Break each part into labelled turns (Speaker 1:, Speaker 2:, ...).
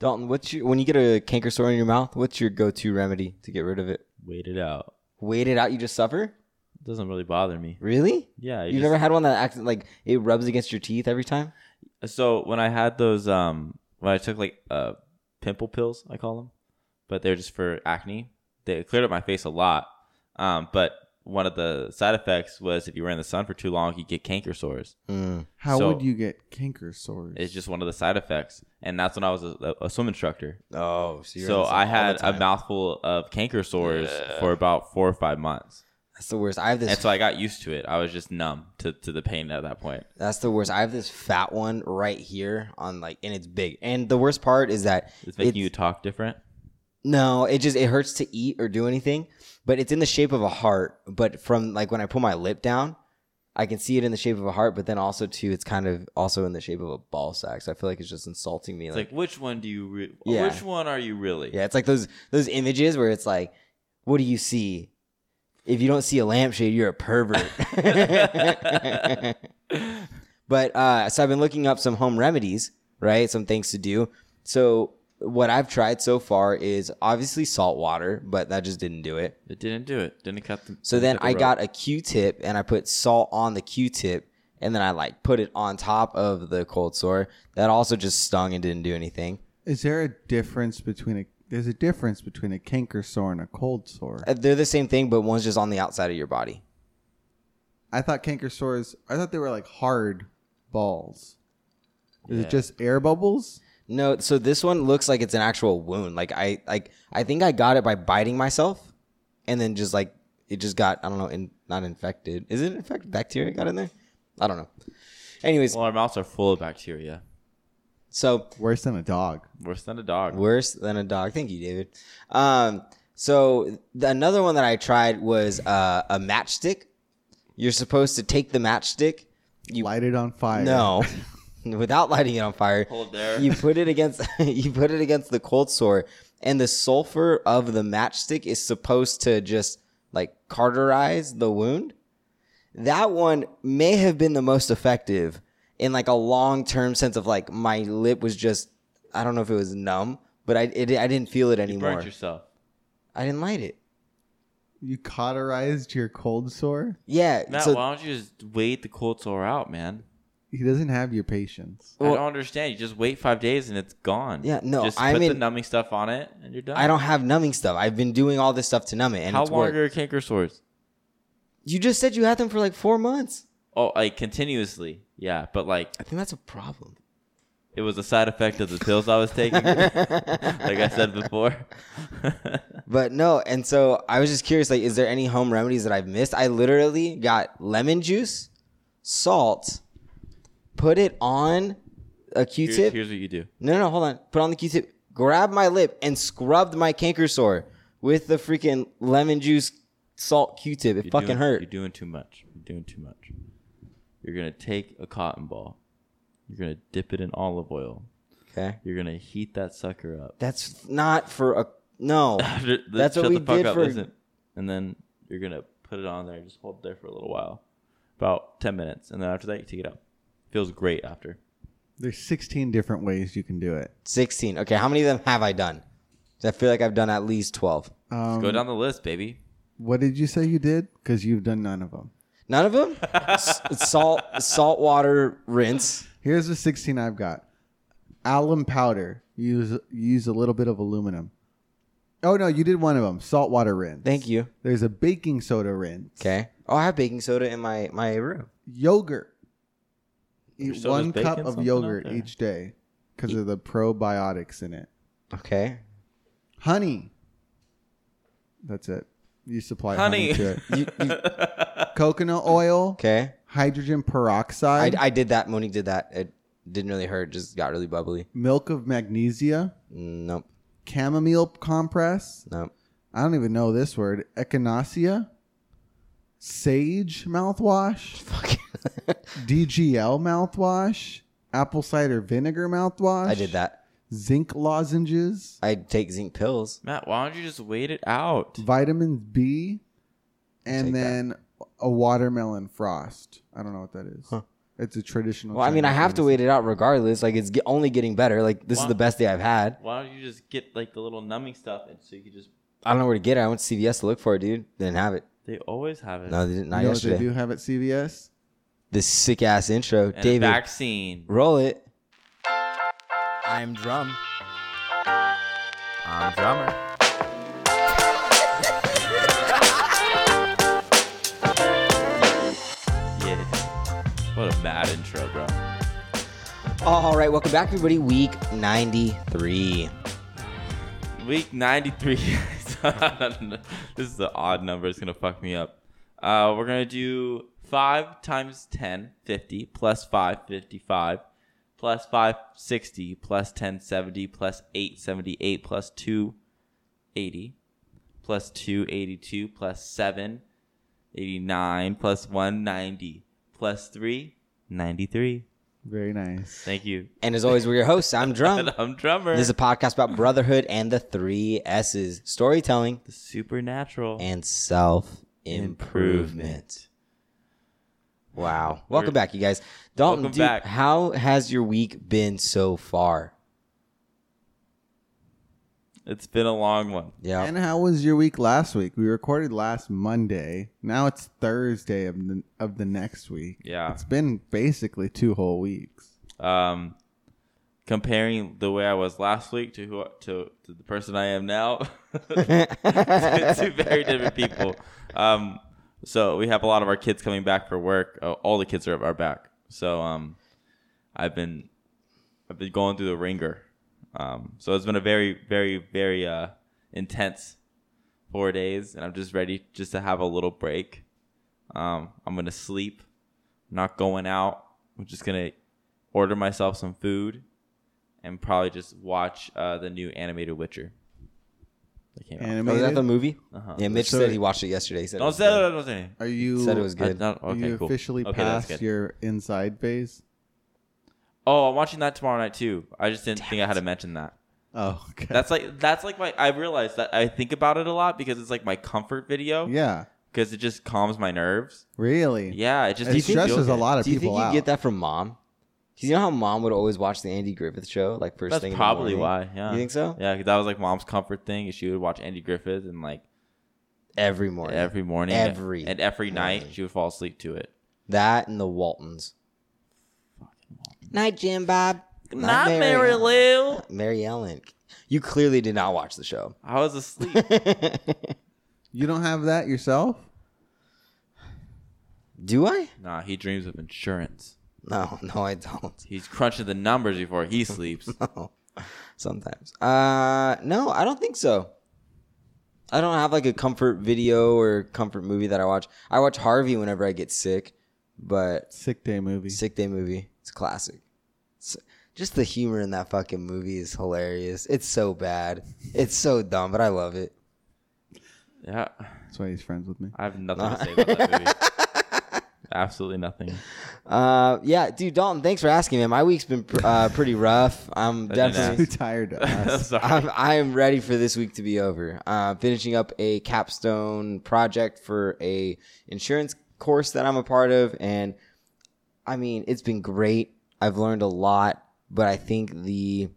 Speaker 1: Dalton, what's your when you get a canker sore in your mouth? What's your go-to remedy to get rid of it?
Speaker 2: Wait it out.
Speaker 1: Wait it out. You just suffer.
Speaker 2: It doesn't really bother me.
Speaker 1: Really?
Speaker 2: Yeah.
Speaker 1: You've
Speaker 2: just-
Speaker 1: never had one that acts like it rubs against your teeth every time.
Speaker 2: So when I had those, um, when I took like uh, pimple pills, I call them, but they're just for acne. They cleared up my face a lot. Um, but one of the side effects was if you were in the sun for too long, you get canker sores.
Speaker 1: Mm.
Speaker 3: How
Speaker 2: So-
Speaker 3: would you get canker sores?
Speaker 2: It's just one of the side effects, and that's when I was a, a swim instructor.
Speaker 1: Oh, you're in
Speaker 2: So
Speaker 1: this all
Speaker 2: I
Speaker 1: the
Speaker 2: had a
Speaker 1: time.
Speaker 2: mouthful of canker sores for about four or five months,
Speaker 1: That's the worst. I have this.
Speaker 2: and so I got used to it. I was just numb to, to the pain at that point.
Speaker 1: That's the worst. I have this fat one right here on like, and it's big. And the worst part is that
Speaker 2: It's making
Speaker 1: it's-
Speaker 2: you talk different.
Speaker 1: No, it just it hurts to eat or do anything, but it's in the shape of a heart. But from like when I pull my lip down, I can see it in the shape of a heart. But then also too, it's kind of also in the shape of a ball sack. So I feel like it's just insulting me.
Speaker 2: It's
Speaker 1: Like,
Speaker 2: like which one do you? Re-
Speaker 1: Yeah.
Speaker 2: Which one are you really?
Speaker 1: yeah, it's like those those images where it's like, what do you see? If you don't see a lampshade, you're a pervert. But uh, so I've been looking up some home remedies, right? Some things to do. So what I've tried so far is obviously salt water, but that just didn't do it.
Speaker 2: It didn't do it. Didn't cut the.
Speaker 1: So then I got a Q-tip and I put salt on the Q-tip and then I like put it on top of the cold sore. That also just stung and didn't do anything.
Speaker 3: Is there a difference between a there's a difference between a canker sore and a cold sore?
Speaker 1: Uh, They're the same thing, but one's just on the outside of your body.
Speaker 3: I thought canker sores I thought they were like hard balls. Is
Speaker 2: Yeah.
Speaker 3: it just air bubbles?
Speaker 1: No, so this one looks like it's an actual wound. Like I like I think I got it by biting myself and then just like it just got I don't know, in, not infected. Is it infected bacteria got in there? I don't know. Anyways,
Speaker 2: Well, our mouths are full of bacteria.
Speaker 1: so
Speaker 3: Worse than a dog.
Speaker 2: Worse than a dog.
Speaker 1: worse than a dog. Thank you, David. Um so the, another one that I tried was uh, a matchstick. You're supposed to take the matchstick. You
Speaker 3: Light it on fire.
Speaker 1: no. Without lighting it on fire,
Speaker 2: Hold there.
Speaker 1: you put it against you put it against the cold sore and the sulfur of the matchstick is supposed to just like cauterize the wound that one may have been the most effective in like a long term sense of like my lip was just i don't know if it was numb but i it, i didn't feel it
Speaker 2: you
Speaker 1: anymore
Speaker 2: burnt yourself.
Speaker 1: i didn't light it
Speaker 3: You cauterized your cold sore?
Speaker 1: yeah
Speaker 2: Matt,
Speaker 1: so
Speaker 2: why don't you just wait the cold sore out, man?
Speaker 3: He doesn't have your patience.
Speaker 2: I don't understand. You just wait five days and it's gone.
Speaker 1: Yeah, no,
Speaker 2: Just
Speaker 1: I
Speaker 2: put the
Speaker 1: mean-
Speaker 2: numbing stuff on it and you're done.
Speaker 1: i don't have numbing stuff i've been doing all this stuff to numb it and
Speaker 2: How
Speaker 1: it's
Speaker 2: long
Speaker 1: worked.
Speaker 2: are your canker sores?
Speaker 1: you just said you had them for like four months
Speaker 2: Oh, like continuously. Yeah, but like
Speaker 1: i think that's a problem
Speaker 2: it was a side effect of the pills I was taking. like I said before.
Speaker 1: But no, and so I was just curious, like, is there any home remedies that I've missed? I literally got lemon juice, salt, put it on a
Speaker 2: Here's,
Speaker 1: Q-tip.
Speaker 2: here's what you do.
Speaker 1: No, no, no, hold on. Put on the Q-tip, grabbed my lip, and scrubbed my canker sore with the freaking lemon juice salt Q-tip. It
Speaker 2: You're
Speaker 1: fucking
Speaker 2: doing-
Speaker 1: hurt.
Speaker 2: You're doing too much. You're doing too much. You're gonna take a cotton ball. You're gonna dip it in olive oil.
Speaker 1: Okay,
Speaker 2: You're gonna heat that sucker up.
Speaker 1: that's not for a no.
Speaker 2: That's
Speaker 1: what we did for-
Speaker 2: And then you're gonna put it on there. Just hold it there for a little while, about ten minutes, and then after that you take it out. Feels great after.
Speaker 3: There's 16 different ways you can do it.
Speaker 1: Sixteen. Okay, how many of them have I done? 'Cause I feel like I've done at least twelve.
Speaker 3: Um,
Speaker 2: Go down the list, baby.
Speaker 3: What did you say you did? Because you've done none of them.
Speaker 1: None of them. S- salt, salt water rinse.
Speaker 3: Here's the 16 I've got. Alum powder. You Use you use a little bit of aluminum. Oh no, you did one of them. Saltwater rinse.
Speaker 1: Thank you.
Speaker 3: There's a baking soda rinse.
Speaker 1: Okay. Oh, I have baking soda in my my room.
Speaker 3: Yogurt.
Speaker 2: Your
Speaker 3: Eat
Speaker 2: soda's
Speaker 3: one cup
Speaker 2: baking
Speaker 3: of
Speaker 2: something
Speaker 3: yogurt
Speaker 2: out there.
Speaker 3: each day because of the probiotics in it.
Speaker 1: Okay.
Speaker 3: Honey. That's it. You supply honey,
Speaker 2: Honey.
Speaker 3: to it. You- you- coconut oil.
Speaker 1: Okay.
Speaker 3: Hydrogen
Speaker 1: I,
Speaker 3: peroxide.
Speaker 1: I did that. Monique did that. It didn't really hurt. Just got really bubbly.
Speaker 3: milk of magnesia.
Speaker 1: Nope.
Speaker 3: Chamomile compress.
Speaker 1: Nope.
Speaker 3: I don't even know this word. Echinacea, sage mouthwash,
Speaker 1: Fuck.
Speaker 3: DGL mouthwash, apple cider vinegar mouthwash.
Speaker 1: I did that.
Speaker 3: Zinc lozenges,
Speaker 1: I take zinc pills.
Speaker 2: Matt, why don't you just wait it out?
Speaker 3: vitamin B,
Speaker 1: Take
Speaker 3: and
Speaker 1: that.
Speaker 3: then a watermelon frost. I don't know what that is. It's a traditional.
Speaker 1: Well, I mean, I
Speaker 3: Chinese
Speaker 1: have to
Speaker 3: medicine.
Speaker 1: wait it out regardless. Like it's ge- only getting better. Like this is
Speaker 2: Wow.
Speaker 1: the best day I've had.
Speaker 2: Why don't you just get like the little numbing stuff, and so you could just
Speaker 1: I don't know where to get it. I went to CVS to look for it, dude. They didn't have it.
Speaker 2: they always have it.
Speaker 1: No, they didn't. Not
Speaker 3: You know what they
Speaker 1: yesterday.
Speaker 3: do have at CVS?
Speaker 1: This sick ass intro,
Speaker 2: and a
Speaker 1: David.
Speaker 2: vaccine.
Speaker 1: Roll it. I'm drum.
Speaker 2: I'm drummer. yeah. What a bad intro, bro.
Speaker 1: All right, welcome back, everybody. Week 93.
Speaker 2: Week 93. this is the odd number. It's going to fuck me up. Uh, we're going to do 5 times 10, 50, plus 5, 55, plus 5, 60, plus 10, 70, plus 8, 78, plus 2, 80, plus 2, 82, plus 7, 89, plus 1, 90, plus 3, 93.
Speaker 3: Very nice.
Speaker 2: Thank you.
Speaker 1: And as always, we're your hosts. I'm drum.
Speaker 2: And I'm drummer.
Speaker 1: Um, This is a podcast about brotherhood and the three S's storytelling
Speaker 2: the supernatural.
Speaker 1: and self improvement.
Speaker 2: Improvement.
Speaker 1: Wow. Welcome
Speaker 2: We're-
Speaker 1: back, you guys. Dalton, dude,
Speaker 2: Welcome back.
Speaker 1: how has your week been so far?
Speaker 2: It's been a long one.
Speaker 1: Yeah.
Speaker 3: And how was your week last week? We recorded last Monday. Now it's Thursday of the of the next week.
Speaker 2: Yeah.
Speaker 3: It's been basically two whole weeks.
Speaker 2: um, comparing the way I was last week to who to, to the person I am now, two very different people. Um, so we have a lot of our kids coming back for work. Oh, all the kids are are back. So um, I've been I've been going through the ringer. Um, so it's been a very very very uh intense four days, and I'm just ready just to have a little break. Um, I'm gonna sleep. Not going out. I'm just gonna order myself some food, and probably just watch uh, the new animated Witcher. That came out.
Speaker 1: Oh, is that
Speaker 3: Animated?
Speaker 1: the movie?
Speaker 2: Uh-huh.
Speaker 1: Yeah, Mitch
Speaker 3: So-
Speaker 1: said he watched it yesterday. He said it
Speaker 2: Don't
Speaker 1: was
Speaker 2: say that. Don't say anything.
Speaker 3: Are
Speaker 1: good.
Speaker 3: you
Speaker 1: said it was good.
Speaker 2: I- not-
Speaker 3: are
Speaker 2: okay,
Speaker 3: you
Speaker 2: cool.
Speaker 3: officially
Speaker 2: Okay, that's
Speaker 3: passed
Speaker 2: good.
Speaker 3: your inside phase?
Speaker 2: Oh, I'm watching that tomorrow night too. I just didn't think I had to mention that.
Speaker 3: Oh, okay.
Speaker 2: That's like that's like my. I realized that I think about it a lot because it's like my comfort video
Speaker 3: yeah.
Speaker 2: because it just calms my nerves.
Speaker 3: Really?
Speaker 2: Yeah, it just
Speaker 3: It
Speaker 2: makes me feel
Speaker 3: stresses a
Speaker 2: good.
Speaker 3: lot of
Speaker 1: Do you
Speaker 3: people
Speaker 1: think you
Speaker 3: out.
Speaker 1: get that from mom? Because you know how mom would always watch the Andy Griffith show, like first
Speaker 2: That's
Speaker 1: thing. in the
Speaker 2: probably
Speaker 1: morning?
Speaker 2: why. Yeah,
Speaker 1: You think so?
Speaker 2: Yeah, 'cause that was like mom's comfort thing. She would watch Andy Griffith and like
Speaker 1: Every morning,
Speaker 2: every morning,
Speaker 1: Oh, Every
Speaker 2: and every night
Speaker 1: morning.
Speaker 2: she would fall asleep to it.
Speaker 1: that and the Waltons. Night, Jim Bob.
Speaker 2: Not Mary Lou.
Speaker 1: Mary Ellen. You clearly did not watch the show.
Speaker 2: I was asleep.
Speaker 3: You don't have that yourself?
Speaker 1: Do I?
Speaker 2: nah, he dreams of insurance.
Speaker 1: No, no, I don't.
Speaker 2: He's crunching the numbers before he sleeps.
Speaker 1: No. Sometimes. Uh, no, I don't think so. I don't have like a comfort video or comfort movie that I watch. I watch Harvey whenever I get sick, but
Speaker 3: Sick day movie.
Speaker 1: Sick Day movie. It's a classic. It's- just the humor in that fucking movie is hilarious. It's so bad. It's so dumb, but I love it.
Speaker 2: yeah,
Speaker 3: That's why he's friends with me.
Speaker 2: I have nothing to say about that movie. Absolutely nothing.
Speaker 1: Uh, yeah, dude, Dalton, thanks for asking, man. My week's been pr- uh, pretty rough. I'm
Speaker 2: I didn't
Speaker 1: definitely.
Speaker 3: Too tired to ask.
Speaker 2: Sorry.
Speaker 1: I'm, I am ready for this week to be over. Uh, finishing up a capstone project for a insurance course that I'm a part of, and I mean it's been great. I've learned a lot, but I think the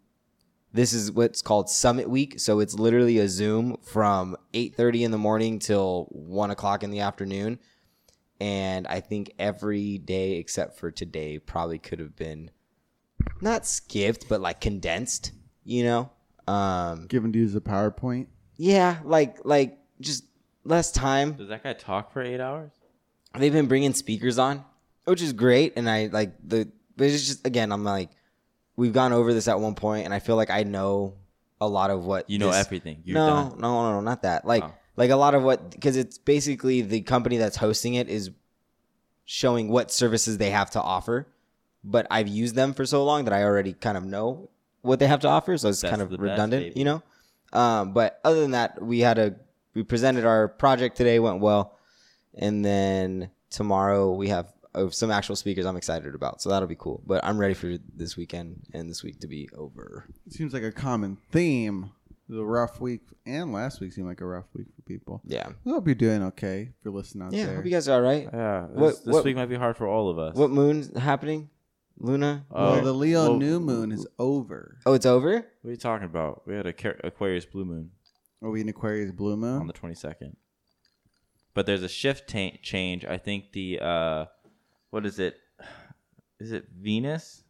Speaker 1: this is what's called Summit Week, so it's literally a Zoom from 8:30 in the morning till one o'clock in the afternoon, and I think every day except for today probably could have been not skipped, but like condensed. You know, um,
Speaker 3: Given to use a PowerPoint.
Speaker 1: yeah, like like just less time.
Speaker 2: Does that guy talk for eight hours?
Speaker 1: They've been bringing speakers on, which is great, and I like the. But it's just again, I'm like, we've gone over this at one point, and I feel like I know a lot of what
Speaker 2: You know
Speaker 1: this-
Speaker 2: everything. You're
Speaker 1: no,
Speaker 2: done.
Speaker 1: no, no, no, not that. Like,
Speaker 2: Oh.
Speaker 1: like a lot of what because it's basically the company that's hosting it is showing what services they have to offer. But I've used them for so long that I already kind of know what they have to offer, so it's
Speaker 2: Best
Speaker 1: kind
Speaker 2: of
Speaker 1: of
Speaker 2: the best,
Speaker 1: redundant,
Speaker 2: baby.
Speaker 1: you know. Um, but other than that, we had a we presented our project today, went well, and then tomorrow we have uh, some actual speakers I'm excited about, so that'll be cool. But I'm ready for this weekend and this week to be over.
Speaker 3: It seems like a common theme The rough week and last week seemed like a rough week for people.
Speaker 1: Yeah.
Speaker 3: We hope you're doing okay if you're listening out
Speaker 1: Yeah.
Speaker 3: there.
Speaker 1: Hope you guys are all right.
Speaker 2: Yeah, this,
Speaker 1: What-
Speaker 2: this
Speaker 1: what-
Speaker 2: week might be hard for all of us.
Speaker 1: What moon's happening? Luna?
Speaker 2: Oh.
Speaker 3: well, the Leo
Speaker 2: Well-
Speaker 3: new moon is over.
Speaker 1: Oh, it's over?
Speaker 2: What are you talking about? We had a Car- Aquarius blue moon
Speaker 3: Are we in Aquarius blue
Speaker 2: on
Speaker 3: moon?
Speaker 2: the 22nd. But there's a shift ta- change. I think the uh what is it? Is it Venus?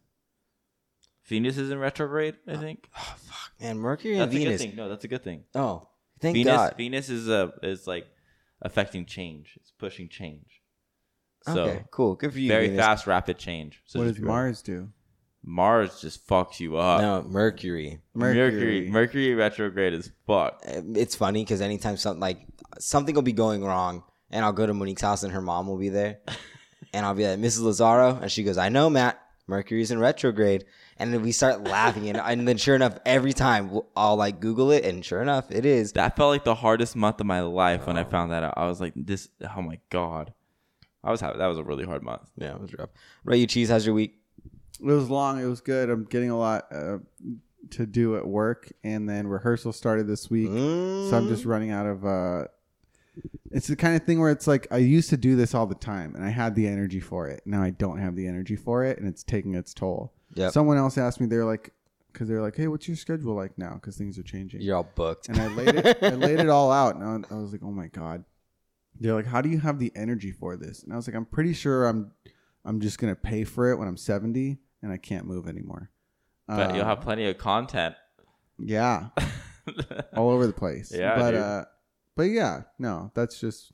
Speaker 2: Venus is in retrograde, I think.
Speaker 1: Oh, fuck, man. Mercury and
Speaker 2: That's a good
Speaker 1: Venus.
Speaker 2: thing. No, that's a good thing.
Speaker 1: Oh, thank
Speaker 2: Venus
Speaker 1: God.
Speaker 2: Venus is a is like affecting change. It's pushing change. So
Speaker 1: okay, cool. Good for you.
Speaker 2: very
Speaker 1: Venus.
Speaker 2: fast rapid change. So
Speaker 3: what
Speaker 2: just
Speaker 3: does Mars do?
Speaker 2: Mars just fucks you up.
Speaker 1: No, Mercury.
Speaker 2: Mercury. Mercury retrograde is fucked.
Speaker 1: Uh, It's funny because anytime something like something will be going wrong, and I'll go to Monique's house and her mom will be there, and I'll be like, Mrs. Lazaro, and she goes, I know, Matt. Mercury's in retrograde, and then we start laughing, and, and then sure enough, every time we'll- I'll like Google it, and sure enough, it is.
Speaker 2: That felt like the hardest month of my life when I
Speaker 1: Oh.
Speaker 2: found that out. I was like, this, oh my God. I was happy. That was a really hard month.
Speaker 1: Yeah, it was rough. Right, you cheese. How's your week?
Speaker 3: It was long. It was good. I'm getting a lot uh, to do at work, and then rehearsal started this week, so I'm
Speaker 1: Mm,
Speaker 2: Mm-hmm.
Speaker 3: just running out of. Uh, it's the kind of thing where it's like I used to do this all the time, and I had the energy for it. Now I don't have the energy for it, and it's taking its toll.
Speaker 1: Yep.
Speaker 3: Someone else asked me, they're like, because they're like, hey, what's your schedule like now? Because things are changing.
Speaker 1: You're all booked.
Speaker 3: And I laid it, I laid it all out, and I, I was like, oh my god. They're like, how do you have the energy for this? And I was like, I'm pretty sure I'm, I'm just gonna pay for it when I'm 70 and I can't move anymore.
Speaker 2: But
Speaker 3: Uh,
Speaker 2: you'll have plenty of content.
Speaker 3: yeah, all over the place.
Speaker 2: Yeah,
Speaker 3: but
Speaker 2: dude.
Speaker 3: uh, but yeah, no, that's just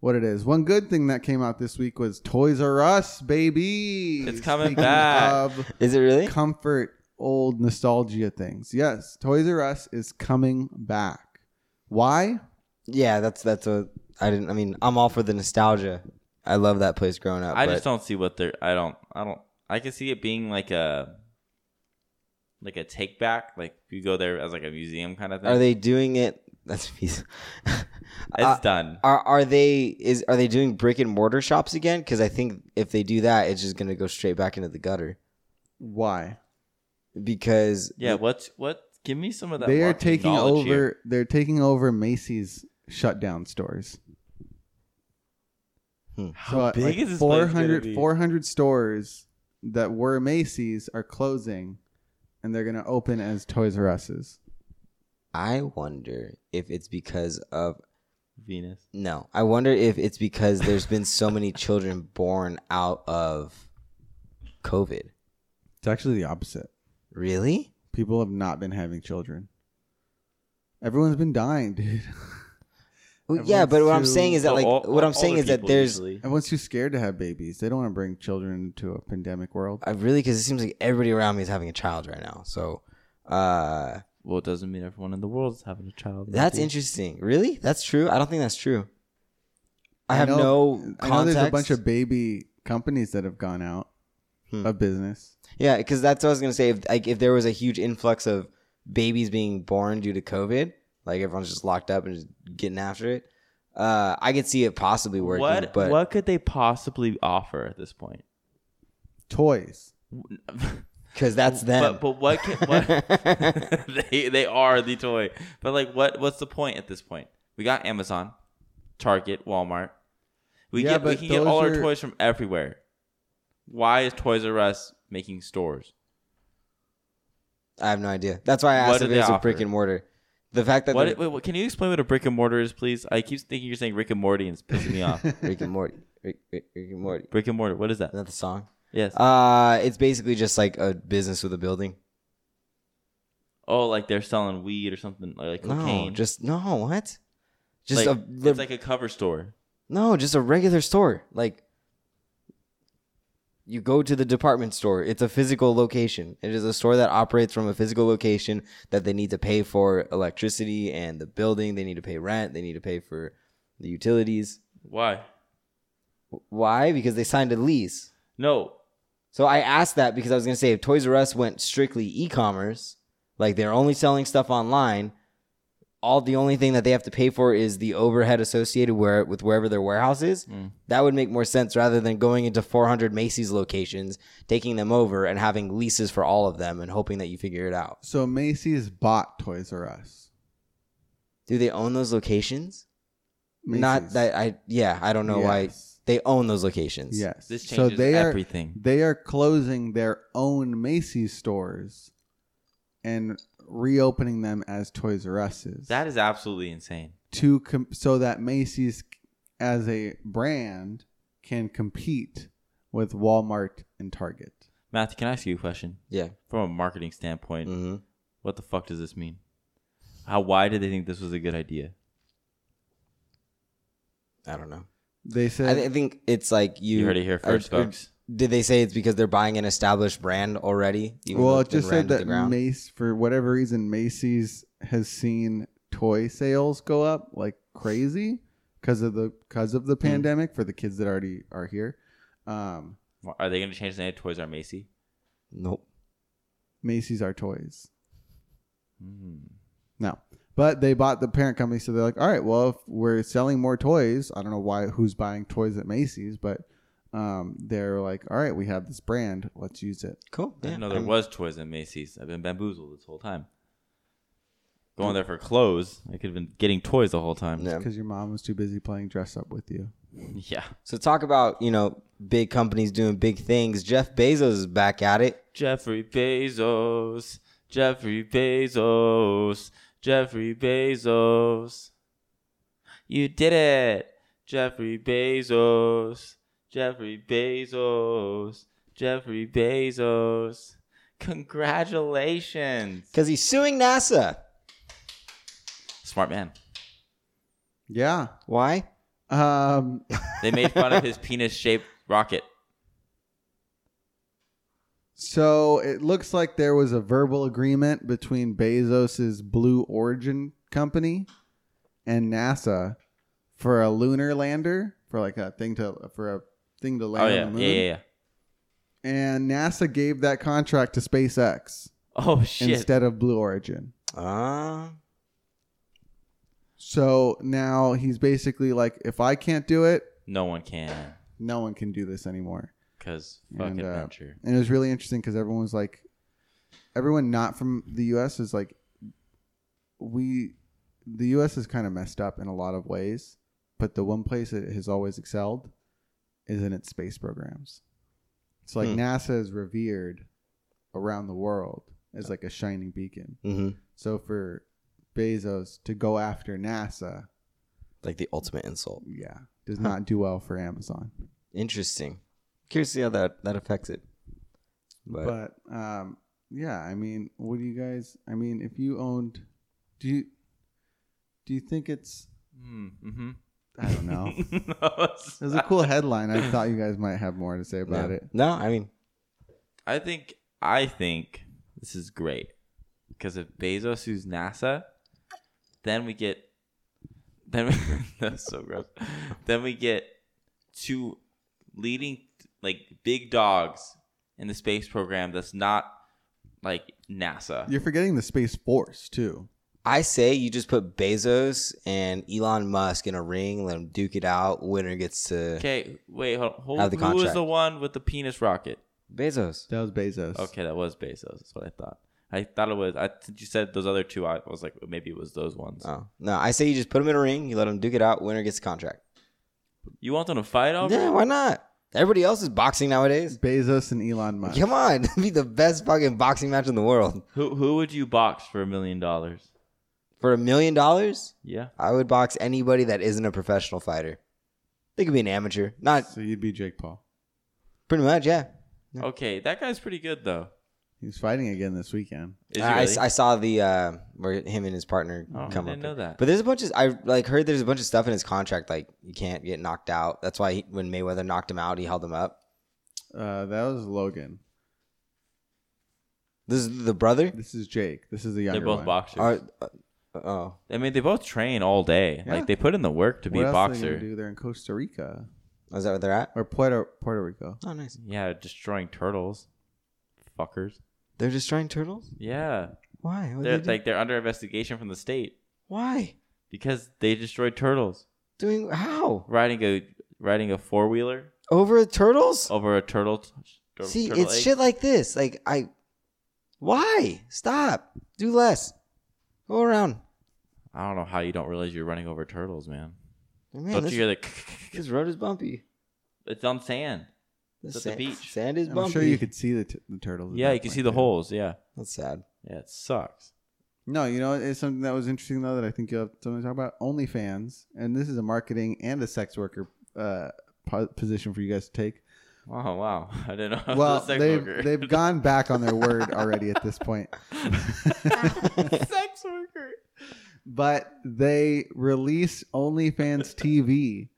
Speaker 3: what it is. One good thing that came out this week was Toys R Us, baby.
Speaker 2: It's coming
Speaker 3: Speaking
Speaker 2: back.
Speaker 3: of
Speaker 1: Is it really?
Speaker 3: comfort old nostalgia things. Yes, Toys R Us is coming back. Why?
Speaker 1: Yeah, that's that's a. I didn't. I mean, I'm all for the nostalgia. I love that place growing up.
Speaker 2: I
Speaker 1: but
Speaker 2: just don't see what they're, I don't, I don't, I can see it being like a, like a take back. Like you go there as like a museum kind of thing.
Speaker 1: Are they doing it? That's a piece.
Speaker 2: it's
Speaker 1: Uh,
Speaker 2: done.
Speaker 1: are are they is are they doing brick and mortar shops again? Because I think if they do that, it's just gonna go straight back into the gutter.
Speaker 3: Why?
Speaker 1: Because
Speaker 2: Yeah. What's, what, give me some of that.
Speaker 3: They are
Speaker 2: market
Speaker 3: taking
Speaker 2: knowledge
Speaker 3: over.
Speaker 2: here.
Speaker 3: They're taking over Macy's shutdown stores.
Speaker 2: How
Speaker 3: at,
Speaker 2: big
Speaker 3: like,
Speaker 2: is this place gonna
Speaker 3: 400,
Speaker 2: be?
Speaker 3: 400 stores that were Macy's are closing, and they're going to open as Toys R Us's.
Speaker 1: I wonder if it's because of
Speaker 2: Venus.
Speaker 1: no. I wonder if it's because there's been so many children born out of COVID.
Speaker 3: It's actually the opposite.
Speaker 1: Really?
Speaker 3: People have not been having children. Everyone's been dying, dude.
Speaker 1: Well, yeah, but what I'm
Speaker 3: Everyone's
Speaker 1: saying is that
Speaker 2: So
Speaker 1: like
Speaker 2: all-
Speaker 1: what I'm
Speaker 2: all
Speaker 1: saying
Speaker 2: the
Speaker 1: is that
Speaker 2: people
Speaker 1: there's
Speaker 2: usually-
Speaker 3: Everyone's too scared to have babies. They don't want to bring children into a pandemic world.
Speaker 1: I really because it seems like everybody around me is having a child right now. So uh
Speaker 2: well, it doesn't mean everyone in the world is having a child.
Speaker 1: that's
Speaker 2: Matthew.
Speaker 1: interesting. Really? That's true? I don't think that's true. I have
Speaker 3: know-
Speaker 1: no
Speaker 3: I know there's a bunch
Speaker 1: context.
Speaker 3: of baby companies that have gone out
Speaker 1: Hmm.
Speaker 3: of business.
Speaker 1: Yeah, because that's what I was gonna say. If like if there was a huge influx of babies being born due to COVID, like everyone's just locked up and just getting after it, uh, I could see it possibly working.
Speaker 2: What
Speaker 1: but
Speaker 2: what could they possibly offer at this point?
Speaker 3: Toys.
Speaker 1: Because that's them.
Speaker 2: But but what can what they they are the toy. But like what what's the point at this point? We got Amazon, Target, Walmart. We
Speaker 3: Yeah,
Speaker 2: get we
Speaker 3: but
Speaker 2: can get all
Speaker 3: those
Speaker 2: our
Speaker 3: are-
Speaker 2: toys from everywhere. Why is Toys R Us making stores?
Speaker 1: I have no idea. That's why I
Speaker 2: What
Speaker 1: asked
Speaker 2: do
Speaker 1: if
Speaker 2: they
Speaker 1: it's a
Speaker 2: offer?
Speaker 1: brick and mortar. The fact that
Speaker 2: What,
Speaker 1: they're-
Speaker 2: wait, what can you explain what a brick and mortar is, please? I keep thinking you're saying Rick and Morty and it's pissing me off.
Speaker 1: Rick and Morty, Rick, Rick, Rick and Morty,
Speaker 2: Brick and mortar, what is that?
Speaker 1: is that the song?
Speaker 2: Yes.
Speaker 1: Uh, it's basically just like a business with a building.
Speaker 2: oh, like they're selling weed or something like cocaine.
Speaker 1: No, just no. What? Just
Speaker 2: like,
Speaker 1: a
Speaker 2: it's like a cover store.
Speaker 1: No, just a regular store. Like you go to the department store. It's a physical location. It is a store that operates from a physical location that they need to pay for electricity and the building. They need to pay rent. They need to pay for the utilities.
Speaker 2: Why?
Speaker 1: W- Why? Because they signed a lease.
Speaker 2: No,
Speaker 1: So I asked that because I was going to say if Toys R Us went strictly e-commerce, like they're only selling stuff online, all the only thing that they have to pay for is the overhead associated where with wherever their warehouse is.
Speaker 2: Mm.
Speaker 1: That would make more sense rather than going into 400 Macy's locations, taking them over and having leases for all of them and hoping that you figure it out.
Speaker 3: So Macy's bought Toys R Us.
Speaker 1: Do they own those locations? Not
Speaker 3: Macy's.
Speaker 1: that I. Yeah, I don't know why
Speaker 3: Yes.
Speaker 1: they own those locations.
Speaker 3: Yes.
Speaker 2: This
Speaker 3: so
Speaker 2: changes
Speaker 3: they are
Speaker 2: everything.
Speaker 3: they are closing their own Macy's stores and reopening them as Toys R Us's.
Speaker 2: That is absolutely insane.
Speaker 3: to com- so that Macy's as a brand can compete with Walmart and Target.
Speaker 2: Matthew, can I ask you a question?
Speaker 1: Yeah.
Speaker 2: From a marketing standpoint,
Speaker 1: hmm
Speaker 2: what the fuck does this mean? How why did they think this was a good idea?
Speaker 1: I don't know.
Speaker 3: They
Speaker 1: I,
Speaker 3: said
Speaker 1: thi- I think it's like you,
Speaker 2: You, heard it here
Speaker 1: or-
Speaker 2: first,
Speaker 1: or
Speaker 2: folks.
Speaker 1: Did they say it's because they're buying an established brand already? even
Speaker 3: well,
Speaker 1: though it's
Speaker 3: it
Speaker 1: been
Speaker 3: just said
Speaker 1: rammed to the
Speaker 3: that
Speaker 1: ground?
Speaker 3: Mace for whatever reason Macy's has seen toy sales go up like crazy because of the because of the
Speaker 1: Hmm.
Speaker 3: pandemic for the kids that already are here. Um,
Speaker 2: Are they going to change the name to Toys R Macy?
Speaker 1: Nope.
Speaker 3: Macy's are toys.
Speaker 2: Mm.
Speaker 3: No. But they bought the parent company, so they're like, all right, well, if we're selling more toys, I don't know why who's buying toys at Macy's, but um, they're like, all right, we have this brand, let's use it.
Speaker 1: Cool.
Speaker 2: I
Speaker 1: Yeah.
Speaker 2: didn't know there
Speaker 1: I'm-
Speaker 2: was toys at Macy's. I've been bamboozled this whole time. Going there for clothes, I could have been getting toys the whole time.
Speaker 1: Yeah.
Speaker 3: Because your mom was too busy playing dress up with you.
Speaker 2: Yeah.
Speaker 1: So talk about you know big companies doing big things. Jeff Bezos is back at it.
Speaker 2: Jeffrey Bezos. Jeffrey Bezos. Jeffrey Bezos. You did it. Jeffrey Bezos. Jeffrey Bezos. Jeffrey Bezos. Congratulations.
Speaker 1: Because he's suing NASA.
Speaker 2: Smart man.
Speaker 3: Yeah.
Speaker 1: Why?
Speaker 3: Um,
Speaker 2: They made fun of his penis shaped rocket.
Speaker 3: so it looks like there was a verbal agreement between Bezos's Blue Origin company and NASA for a lunar lander, for like a thing to for a thing to land
Speaker 2: oh, yeah.
Speaker 3: on the moon.
Speaker 2: Yeah, yeah, yeah.
Speaker 3: And NASA gave that contract to SpaceX.
Speaker 2: Oh, shit.
Speaker 3: instead of Blue Origin.
Speaker 1: Uh,
Speaker 3: So now he's basically like, if I can't do it,
Speaker 2: no one can.
Speaker 3: no one can do this anymore.
Speaker 2: Because fuck
Speaker 3: And, uh,
Speaker 2: adventure.
Speaker 3: And it was really interesting because everyone was like, everyone not from the U.S. is like, we, the U.S. is kind of messed up in a lot of ways, but the one place it has always excelled is in its space programs. It's like
Speaker 1: Hmm.
Speaker 3: NASA is revered around the world as like a shining beacon.
Speaker 1: hmm
Speaker 3: So for Bezos to go after NASA
Speaker 1: Like the ultimate insult.
Speaker 3: yeah does
Speaker 1: Huh.
Speaker 3: not do well for amazon
Speaker 1: Interesting. Curious to see how that that affects it. But,
Speaker 3: but um yeah i mean what do you guys i mean if you owned do you do you think it's
Speaker 2: Mm-hmm.
Speaker 3: i don't know it
Speaker 2: no, it's
Speaker 3: was a cool headline i thought you guys might have more to say about
Speaker 1: yeah.
Speaker 3: it
Speaker 1: No, I mean,
Speaker 2: I think I think this is great because if Bezos sues NASA, then we get then we, that's so gross. Then we get two leading like big dogs in the space program that's not like NASA.
Speaker 3: you're forgetting the space force too
Speaker 1: I say you just put Bezos and Elon Musk in a ring, let them duke it out. Winner gets to
Speaker 2: Okay, wait, hold on. Who,
Speaker 1: Out of the
Speaker 2: who was
Speaker 1: contract.
Speaker 2: the one with the penis rocket?
Speaker 1: Bezos.
Speaker 3: that was bezos
Speaker 2: Okay, that was Bezos. That's what I thought. I thought it was. I since you said those other two. I was like, maybe it was those ones.
Speaker 1: Oh no, I say you just put them in a ring, you let them duke it out. Winner gets the contract.
Speaker 2: You want them to fight over?
Speaker 1: Yeah, why not? Everybody else is boxing nowadays.
Speaker 3: bezos and elon musk
Speaker 1: Come on, it'd be the best fucking boxing match in the world.
Speaker 2: Who who would you box for a million dollars?
Speaker 1: For a million dollars,
Speaker 2: Yeah.
Speaker 1: I would box anybody that isn't a professional fighter. They could be an amateur. Not
Speaker 3: so you'd be jake paul
Speaker 1: pretty much, yeah.
Speaker 2: Okay, that guy's pretty good though.
Speaker 3: he's fighting again this weekend
Speaker 2: Is he
Speaker 1: I, I-
Speaker 2: really?
Speaker 1: I saw the uh, where him and his partner
Speaker 2: Oh, I
Speaker 1: come
Speaker 2: didn't
Speaker 1: up.
Speaker 2: know that.
Speaker 1: But there's a bunch of I like heard there's a bunch of stuff in his contract like you can't get knocked out. That's why he, when Mayweather knocked him out, he held him up.
Speaker 3: uh that was logan
Speaker 1: This is the brother.
Speaker 3: this is jake this is the younger
Speaker 2: They're both
Speaker 3: one.
Speaker 2: boxers.
Speaker 1: Or, uh, oh,
Speaker 2: I mean, they both train all day.
Speaker 3: Yeah.
Speaker 2: Like they put in the work to be
Speaker 3: what
Speaker 2: a
Speaker 3: else are they gonna
Speaker 2: boxer.
Speaker 3: do? They're in Costa Rica
Speaker 1: is that where they're at?
Speaker 3: or Puerto Puerto Rico.
Speaker 1: Oh, nice.
Speaker 2: Yeah, destroying turtles, fuckers.
Speaker 1: They're destroying turtles.
Speaker 2: Yeah,
Speaker 1: Why? What'd
Speaker 2: they're
Speaker 1: they do?
Speaker 2: like they're under investigation from the state
Speaker 1: Why?
Speaker 2: because they destroyed turtles
Speaker 1: Doing how?
Speaker 2: riding a riding a four wheeler
Speaker 1: Over the turtles?
Speaker 2: over a turtle. t- tur-
Speaker 1: See,
Speaker 2: Oh, turtle
Speaker 1: it's
Speaker 2: egg.
Speaker 1: shit like this. Like I why? Stop. Do less. Go around.
Speaker 2: I don't know how you don't realize you're running over turtles, man.
Speaker 1: Man,
Speaker 2: don't
Speaker 1: this,
Speaker 2: you hear the?
Speaker 1: this road is bumpy.
Speaker 2: It's on sand.
Speaker 1: This
Speaker 2: It's at the
Speaker 1: sand-
Speaker 2: beach.
Speaker 1: Sand is
Speaker 3: I'm
Speaker 1: bumpy.
Speaker 3: sure you could see the, t- the turtles. at
Speaker 2: Yeah,
Speaker 3: that
Speaker 2: you can
Speaker 3: point,
Speaker 2: see the
Speaker 3: too.
Speaker 2: holes. Yeah,
Speaker 1: That's sad.
Speaker 2: yeah, it sucks.
Speaker 3: No, you know, it's something that was interesting though that I think you have something to talk about. OnlyFans, and this is a marketing and a sex worker uh, po- position for you guys to take.
Speaker 2: Wow, wow. I didn't know. I was
Speaker 3: Well,
Speaker 2: a sex
Speaker 3: they've
Speaker 2: worker.
Speaker 3: they've gone back on their word already at this point,
Speaker 2: sex worker.
Speaker 3: but they released OnlyFans TV,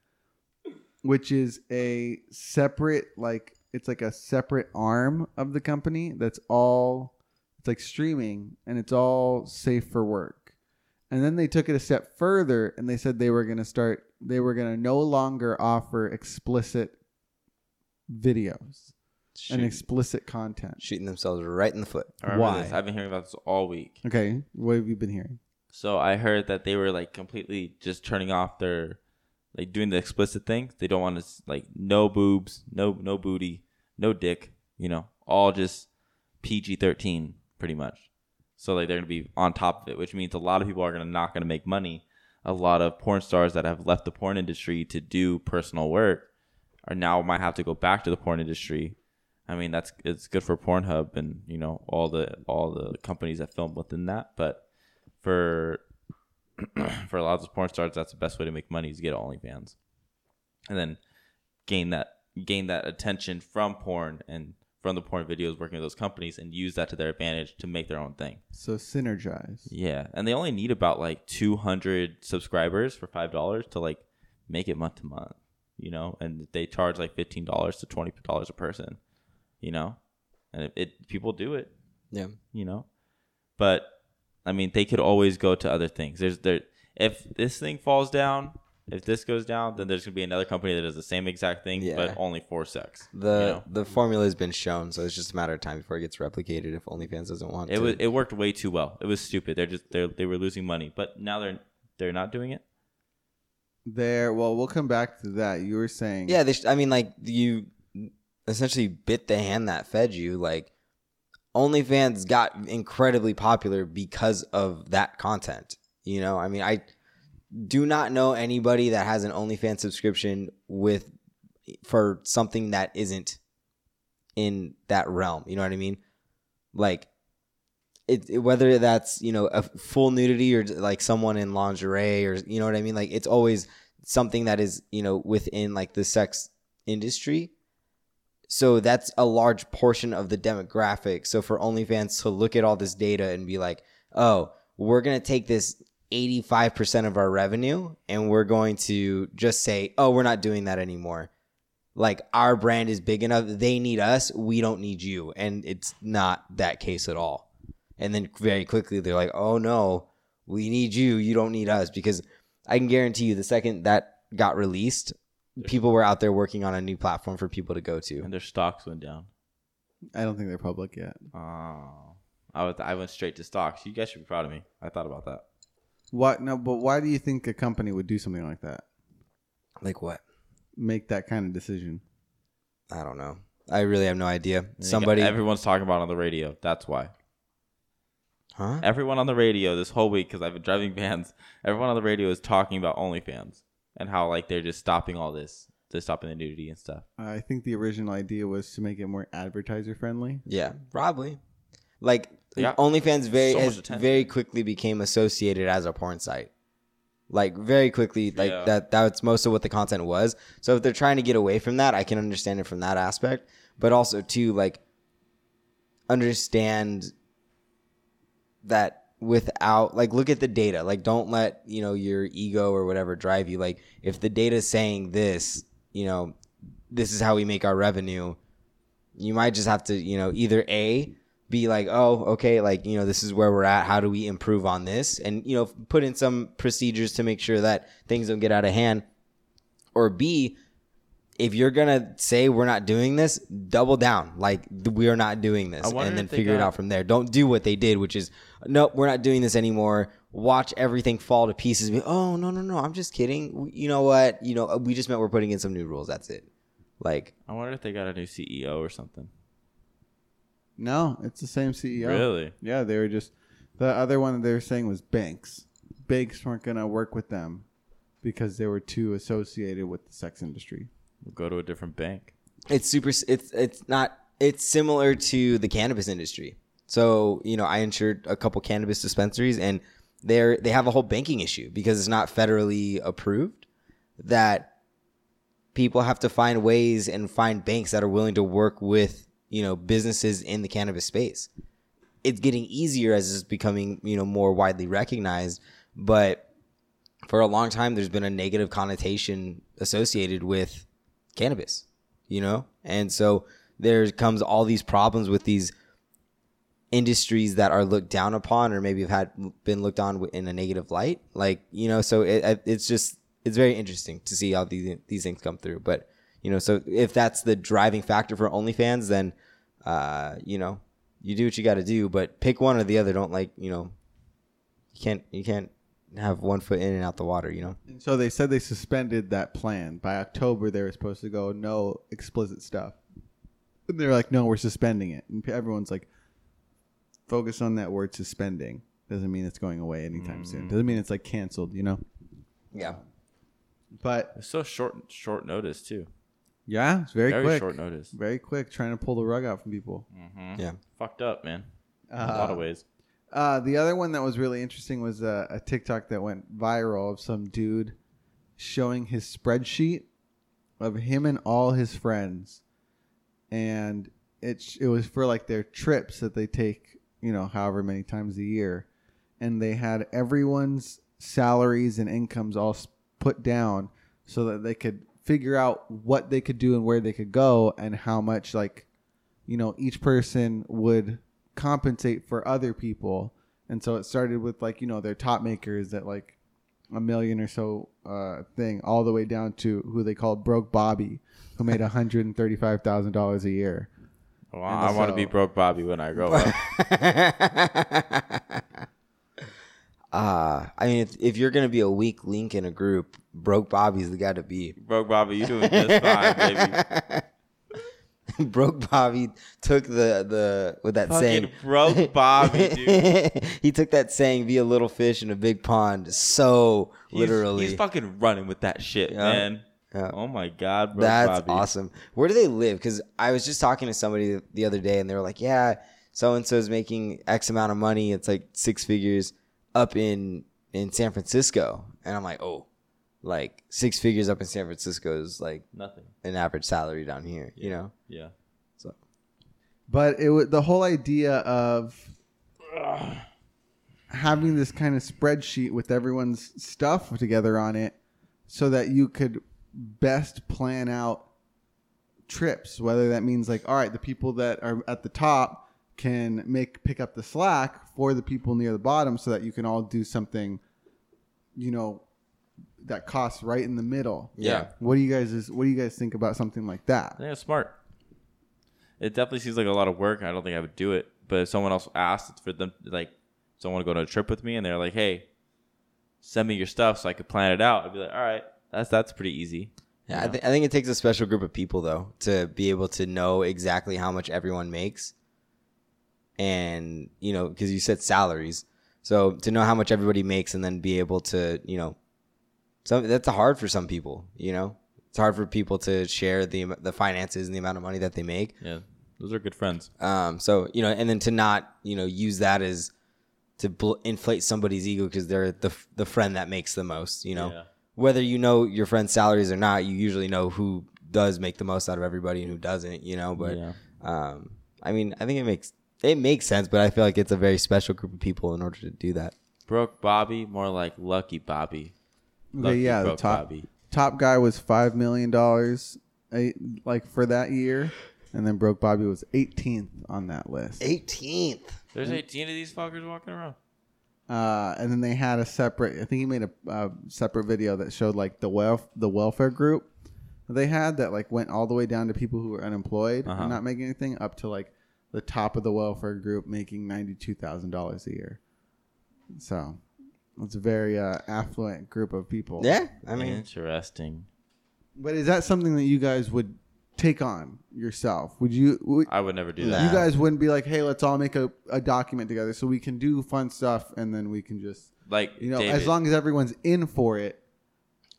Speaker 3: which is a separate like it's like a separate arm of the company that's all it's like streaming and it's all safe for work. And then they took it a step further and they said they were going to start, they were going to no longer offer explicit videos
Speaker 1: Shoot,
Speaker 3: and explicit content.
Speaker 1: shooting themselves right in the foot.
Speaker 2: I remember
Speaker 3: Why?
Speaker 2: this. I've been hearing about this all week.
Speaker 3: Okay. What have you been hearing?
Speaker 2: So I heard that they were like completely just turning off their, like doing the explicit thing. They don't want to like no boobs, no no booty, no dick. You know, all just PG thirteen pretty much. So like they're gonna be on top of it, which means a lot of people are gonna not gonna make money. A lot of porn stars that have left the porn industry to do personal work are now might have to go back to the porn industry. I mean that's it's good for Pornhub and you know all the all the companies that film within that, but for for a lot of those porn stars, that's the best way to make money is get OnlyFans, and then gain that gain that attention from porn and from the porn videos working with those companies, and use that to their advantage to make their own thing.
Speaker 3: So synergize.
Speaker 2: Yeah, and they only need about like two hundred subscribers for five dollars to like make it month to month, you know. And they charge like fifteen dollars to twenty dollars a person, you know. And it, it people do it
Speaker 1: Yeah.
Speaker 2: you know. But I mean, they could always go to other things. There's there if this thing falls down, if this goes down, then there's gonna be another company that does the same exact thing,
Speaker 1: Yeah.
Speaker 2: but only for sex.
Speaker 1: The
Speaker 2: you know?
Speaker 1: the formula has been shown, so it's just a matter of time before it gets replicated if OnlyFans doesn't want
Speaker 2: it
Speaker 1: to.
Speaker 2: was it worked way too well. It was stupid. They're just they they were losing money, but now they're they're not doing it.
Speaker 3: There. Well, we'll come back to that. You were saying.
Speaker 1: yeah, they sh- I mean, like you essentially bit the hand that fed you. Like OnlyFans got incredibly popular because of that content. You know, I mean, I do not know anybody that has an OnlyFans subscription with for something that isn't in that realm. You know what I mean? Like. It, it- whether that's you know a full nudity or like someone in lingerie or you know what I mean like it's always something that is you know within like the sex industry so that's a large portion of the demographic so for onlyfans to look at all this data and be like oh we're going to take this 85% of our revenue and we're going to just say oh we're not doing that anymore like our brand is big enough they need us we don't need you and it's not that case at all and then very quickly they're like oh no we need you you don't need us because I can guarantee you the second that got released, people were out there working on a new platform for people to go to.
Speaker 2: And their stocks went down.
Speaker 3: I don't think they're public yet.
Speaker 2: Oh, I was I went straight to stocks. You guys should be proud of me. I thought about that.
Speaker 3: What? No. But why do you think a company would do something like that?
Speaker 1: Like what?
Speaker 3: Make that kind of decision.
Speaker 1: I don't know. I really have no idea.
Speaker 2: And they got-
Speaker 1: Somebody,
Speaker 2: everyone's talking about it on the radio. That's why.
Speaker 1: huh?
Speaker 2: everyone on the radio this whole week because I've been driving vans. Everyone on the radio is talking about OnlyFans and how like they're just stopping all this. They're stopping the nudity and stuff.
Speaker 3: I think the original idea was to make it more advertiser friendly.
Speaker 1: Yeah, probably. Like
Speaker 2: They got
Speaker 1: OnlyFans very
Speaker 2: so much
Speaker 1: has
Speaker 2: attention.
Speaker 1: very quickly became associated as a porn site. Like very quickly, like
Speaker 2: Yeah.
Speaker 1: that that's most of what the content was. So if they're trying to get away from that, I can understand it from that aspect. But also too, like understand that without like look at the data. Like don't let, you know, your ego or whatever drive you. Like if the data's saying this, you know, this is how we make our revenue, you might just have to you know either a be like oh okay like you know this is where we're at how do we improve on this and you know put in some procedures to make sure that things don't get out of hand or b if you're gonna say we're not doing this double down like th- we are not doing this
Speaker 2: I wonder
Speaker 1: and then
Speaker 2: if they
Speaker 1: figure it
Speaker 2: got-
Speaker 1: out from there don't do what they did which is nope we're not doing this anymore watch everything fall to pieces Be, oh no no no i'm just kidding you know what you know we just meant we're putting in some new rules that's it like
Speaker 2: I wonder if they got a new CEO or something.
Speaker 3: No, it's the same E CEO.
Speaker 2: Really?
Speaker 3: Yeah, they were just the other one that they were saying was Banks. banks weren't going to work with them because they were too associated with the sex industry.
Speaker 2: Go to a different bank.
Speaker 1: it's super it's it's not it's similar to the cannabis industry so you know i insured a couple cannabis dispensaries and they're they have a whole banking issue because it's not federally approved that people have to find ways and find banks that are willing to work with you know businesses in the cannabis space it's getting easier as it's becoming you know more widely recognized but for a long time there's been a negative connotation associated with cannabis you know and so there comes all these problems with these industries that are looked down upon or maybe have had been looked on in a negative light like you know so it, it's just it's very interesting to see how these these things come through but you know so if that's the driving factor for OnlyFans then uh you know you do what you got to do but pick one or the other don't like you know you can't you can't have one foot in and out the water you know
Speaker 3: And so they said they suspended that plan. By October, they were supposed to go no explicit stuff. And they were like, no, we're suspending it. And everyone's like, focus on that word suspending. Doesn't mean it's going away anytime soon. Doesn't mean it's like canceled, you know?
Speaker 1: yeah
Speaker 3: But
Speaker 2: It's so short short notice too.
Speaker 3: yeah, it's very,
Speaker 2: Very
Speaker 3: quick.
Speaker 2: short notice.
Speaker 3: Very quick, trying to pull the rug out from people.
Speaker 1: yeah
Speaker 2: Fucked up, man. In a lot of ways.
Speaker 3: Uh, the other one that was really interesting was uh, a, a TikTok that went viral of some dude showing his spreadsheet of him and all his friends, and it sh- it was for like their trips that they take, you know, however many times a year, and they had everyone's salaries and incomes all s- put down so that they could figure out what they could do and where they could go and how much like you know, each person would compensate for other people. And so it started with like, you know, their top makers at like a million or so uh, thing, all the way down to who they called Broke Bobby, who made $135,000 a year.
Speaker 2: Well,
Speaker 3: And
Speaker 2: I want to be
Speaker 3: so-
Speaker 2: broke Bobby when I grow up.
Speaker 1: Ah, I mean, if, if you're gonna be a weak link in a group, broke Bobby's the guy to be.
Speaker 2: broke Bobby, you doing just fine, baby.
Speaker 1: broke Bobby took the the with that
Speaker 2: Fucking
Speaker 1: saying.
Speaker 2: broke Bobby, dude. He's-
Speaker 1: he took that saying, "Be a little fish in a big pond." So literally,
Speaker 2: He's, fucking running with that shit,
Speaker 1: Yeah.
Speaker 2: man.
Speaker 1: Yeah.
Speaker 2: Oh my god, broke
Speaker 1: That's
Speaker 2: Bobby.
Speaker 1: awesome. Where do they live? Because I was just talking to somebody the other day, and they were like, "Yeah, so and so is making X amount of money. It's like six figures up in in San Francisco." And I'm like, "Oh, like six figures up in San Francisco is like
Speaker 2: Nothing.
Speaker 1: an average salary down here, you know?"
Speaker 2: Yeah.
Speaker 1: So
Speaker 3: But it was the whole idea of having this kind of spreadsheet with everyone's stuff together on it so that you could best plan out trips whether that means like all right the people that are at the top can make pick up the slack for the people near the bottom so that you can all do something you know that costs right in the middle
Speaker 2: Yeah.
Speaker 3: what do you guys is what do you guys think about something like
Speaker 2: I
Speaker 3: that
Speaker 2: think it's smart. It definitely seems like a lot of work. and I don't think I would do it. But if someone else asked for them, like, someone to go on a trip with me, and they're like, "Hey, send me your stuff so I could plan it out," I'd be like, "All right, that's that's pretty easy."
Speaker 1: yeah, I, th- I think it takes a special group of people though to be able to know exactly how much everyone makes, and you know, because you said salaries, so to know how much everybody makes and then be able to, you know, some that's hard for some people. You know, it's hard for people to share the am- the finances and the amount of money that they make.
Speaker 2: Yeah, those are good friends.
Speaker 1: Um, so you know, and then to not you know use that as to bl- inflate somebody's ego because they're the f- the friend that makes the most. You know,
Speaker 2: Yeah.
Speaker 1: whether you know your friend's salaries or not, you usually know who does make the most out of everybody and who doesn't. You know, but
Speaker 2: Yeah.
Speaker 1: um, I mean, I think it makes it makes sense, but I feel like it's a very special group of people in order to do that.
Speaker 2: Broke Bobby, more like Lucky Bobby.
Speaker 3: Okay,
Speaker 2: Lucky
Speaker 3: yeah, the
Speaker 2: broke
Speaker 3: top
Speaker 2: Bobby.
Speaker 3: top guy was five million dollars, eh, like for that year, and then broke Bobby was 18th on that list.
Speaker 1: Eighteenth.
Speaker 2: There's 18 of these fuckers walking around.
Speaker 3: Uh, and then they had a separate. I think he made a, a separate video that showed like the wealth the welfare group they had that like went all the way down to people who were unemployed
Speaker 2: Uh-huh.
Speaker 3: and not making anything up to like the top of the welfare group making ninety two thousand dollars a year. So it's a very uh, affluent group of people.
Speaker 1: Yeah, I mean,
Speaker 2: Interesting.
Speaker 3: But is that something that you guys would take on yourself? Would you? Would,
Speaker 2: I would never do
Speaker 1: Nah.
Speaker 2: that.
Speaker 3: you guys wouldn't be like, hey, let's all make a, a document together so we can do fun stuff and then we can just,
Speaker 2: Like
Speaker 3: you know,
Speaker 2: David,
Speaker 3: as long as everyone's in for it.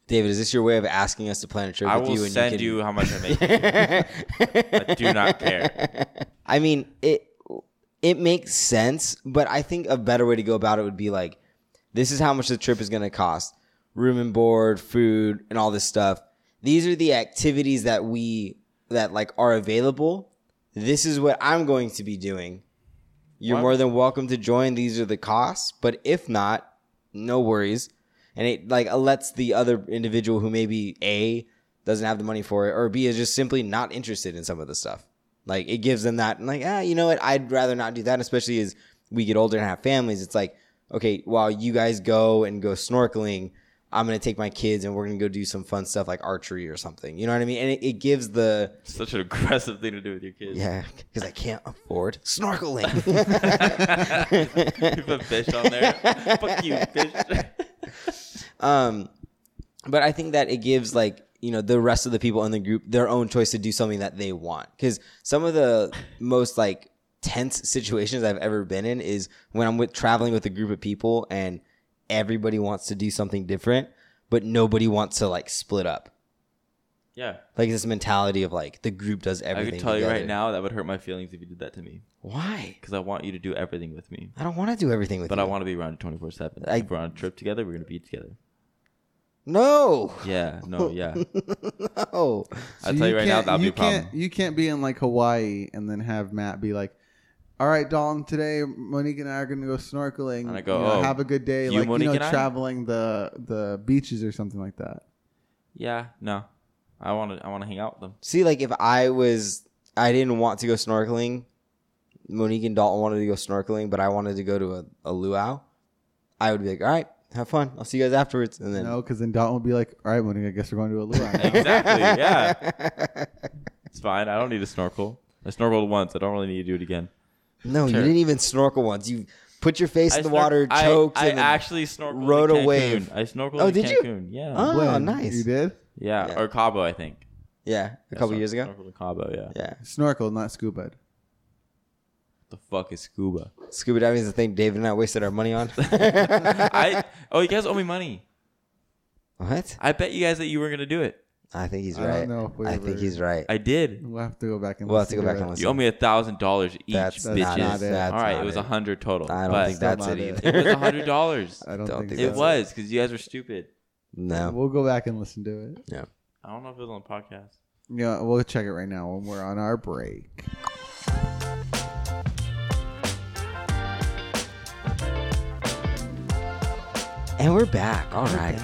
Speaker 1: David, is this your way of asking us to plan a trip
Speaker 2: I
Speaker 1: with
Speaker 2: will
Speaker 1: you?
Speaker 2: send
Speaker 1: can-
Speaker 2: you how much I make. I do not care.
Speaker 1: I mean, it it makes sense, but I think a better way to go about it would be like, this is how much the trip is going to cost: room and board, food, and all this stuff. These are the activities that we that like are available. This is what I'm going to be doing. You're
Speaker 2: Why-
Speaker 1: more than welcome to join. These are the costs, but if not, no worries. And it like uh, lets the other individual who maybe a doesn't have the money for it or b is just simply not interested in some of the stuff. Like it gives them that like ah you know what I'd rather not do that. Especially as we get older and have families, it's like okay while you guys go and go snorkeling, I'm gonna take my kids and we're gonna go do some fun stuff like archery or something. You know what I mean? And it, it gives the
Speaker 2: Such an aggressive thing to do with your kids.
Speaker 1: yeah because I can't afford snorkeling.
Speaker 2: you put fish on there. Fuck you, fish.
Speaker 1: Um, but I think that it gives like you know the rest of the people in the group their own choice to do something that they want. Because some of the most like tense situations I've ever been in is when I'm with traveling with a group of people and everybody wants to do something different, but nobody wants to like split up.
Speaker 2: yeah.
Speaker 1: Like this mentality of like the group does
Speaker 2: I
Speaker 1: everything.
Speaker 2: could tell you right
Speaker 1: together.
Speaker 2: now that would hurt my feelings if you did that to me.
Speaker 1: Why?
Speaker 2: Because I want you to do everything with me.
Speaker 1: I don't want to do everything with
Speaker 2: But
Speaker 1: you.
Speaker 2: I want to be around 24 7.
Speaker 1: I-
Speaker 2: If we're on a trip together, we're going to be together.
Speaker 1: no,
Speaker 2: Yeah, no, yeah.
Speaker 1: no.
Speaker 2: I'll
Speaker 3: So
Speaker 2: tell you right now,
Speaker 3: can't-
Speaker 2: that'll be
Speaker 3: you
Speaker 2: a problem.
Speaker 3: Can't, you can't be in like Hawaii and then have Matt be like, all right, Dalton, today Monique and I are going to go snorkeling.
Speaker 2: And I go,
Speaker 3: you know,
Speaker 2: "Oh,
Speaker 3: have a good day.
Speaker 2: you,
Speaker 3: like,
Speaker 2: Monique,
Speaker 3: you
Speaker 2: and
Speaker 3: know,
Speaker 2: I?"
Speaker 3: traveling the, the beaches or something like that.
Speaker 2: Yeah, no. I want to I want to hang out with them.
Speaker 1: See, like if I was, I didn't want to go snorkeling. Monique and Dalton wanted to go snorkeling, but I wanted to go to a, a luau. I would be like, all right, have fun. I'll see you guys afterwards. And then,
Speaker 3: No, because then Dalton would be like, all right, Monique, I guess we're going to a luau. now."
Speaker 2: Exactly, yeah. It's fine. I don't need to snorkel. I snorkeled once. I don't really need to do it again.
Speaker 1: no, you
Speaker 2: Sure.
Speaker 1: didn't even snorkel once. You put your face
Speaker 2: I
Speaker 1: in the
Speaker 2: snork-
Speaker 1: water, choked,
Speaker 2: I, I
Speaker 1: and then,
Speaker 2: actually snorkeled.
Speaker 1: rode
Speaker 2: in
Speaker 1: a
Speaker 2: Cancun.
Speaker 1: wave.
Speaker 2: I snorkeled
Speaker 1: Oh,
Speaker 2: in
Speaker 1: did you?
Speaker 2: Cancun. Yeah.
Speaker 1: Huh? Oh,
Speaker 3: When?
Speaker 1: nice.
Speaker 3: You did?
Speaker 2: yeah.
Speaker 1: Yeah.
Speaker 2: Or Cabo, I think.
Speaker 1: yeah, a
Speaker 2: I
Speaker 1: couple
Speaker 2: snor-
Speaker 1: years ago.
Speaker 2: Snorkeled in Cabo, yeah.
Speaker 1: Yeah,
Speaker 3: Snorkel, not scuba.
Speaker 2: The fuck is scuba?
Speaker 1: scuba diving is the thing David and I wasted our money on.
Speaker 2: I oh, you guys owe me money.
Speaker 1: what?
Speaker 2: I bet you guys that you were gonna do it.
Speaker 1: I think he's
Speaker 3: I don't
Speaker 1: right.
Speaker 3: know if we
Speaker 1: I
Speaker 3: ever-
Speaker 1: think he's right.
Speaker 2: I did.
Speaker 3: We'll have to go back and
Speaker 1: We'll have to go
Speaker 3: listen
Speaker 1: back
Speaker 3: it.
Speaker 1: and listen.
Speaker 2: You owe me a thousand dollars each,
Speaker 1: That's
Speaker 2: bitches.
Speaker 1: not it. That's
Speaker 2: All right,
Speaker 1: not
Speaker 2: it was
Speaker 1: it.
Speaker 2: a hundred total.
Speaker 1: I
Speaker 2: but
Speaker 1: don't think that's
Speaker 3: not
Speaker 1: it
Speaker 3: it.
Speaker 1: either.
Speaker 2: it was a hundred dollars.
Speaker 3: I don't,
Speaker 1: Don't
Speaker 3: think,
Speaker 1: think
Speaker 2: It
Speaker 1: that's
Speaker 3: so.
Speaker 2: was because you guys were stupid.
Speaker 1: no.
Speaker 3: We'll go back and listen to it.
Speaker 1: Yeah.
Speaker 2: I don't know if it was on the podcast.
Speaker 3: Yeah, we'll check it right now when we're on our break.
Speaker 1: And we're back. All right.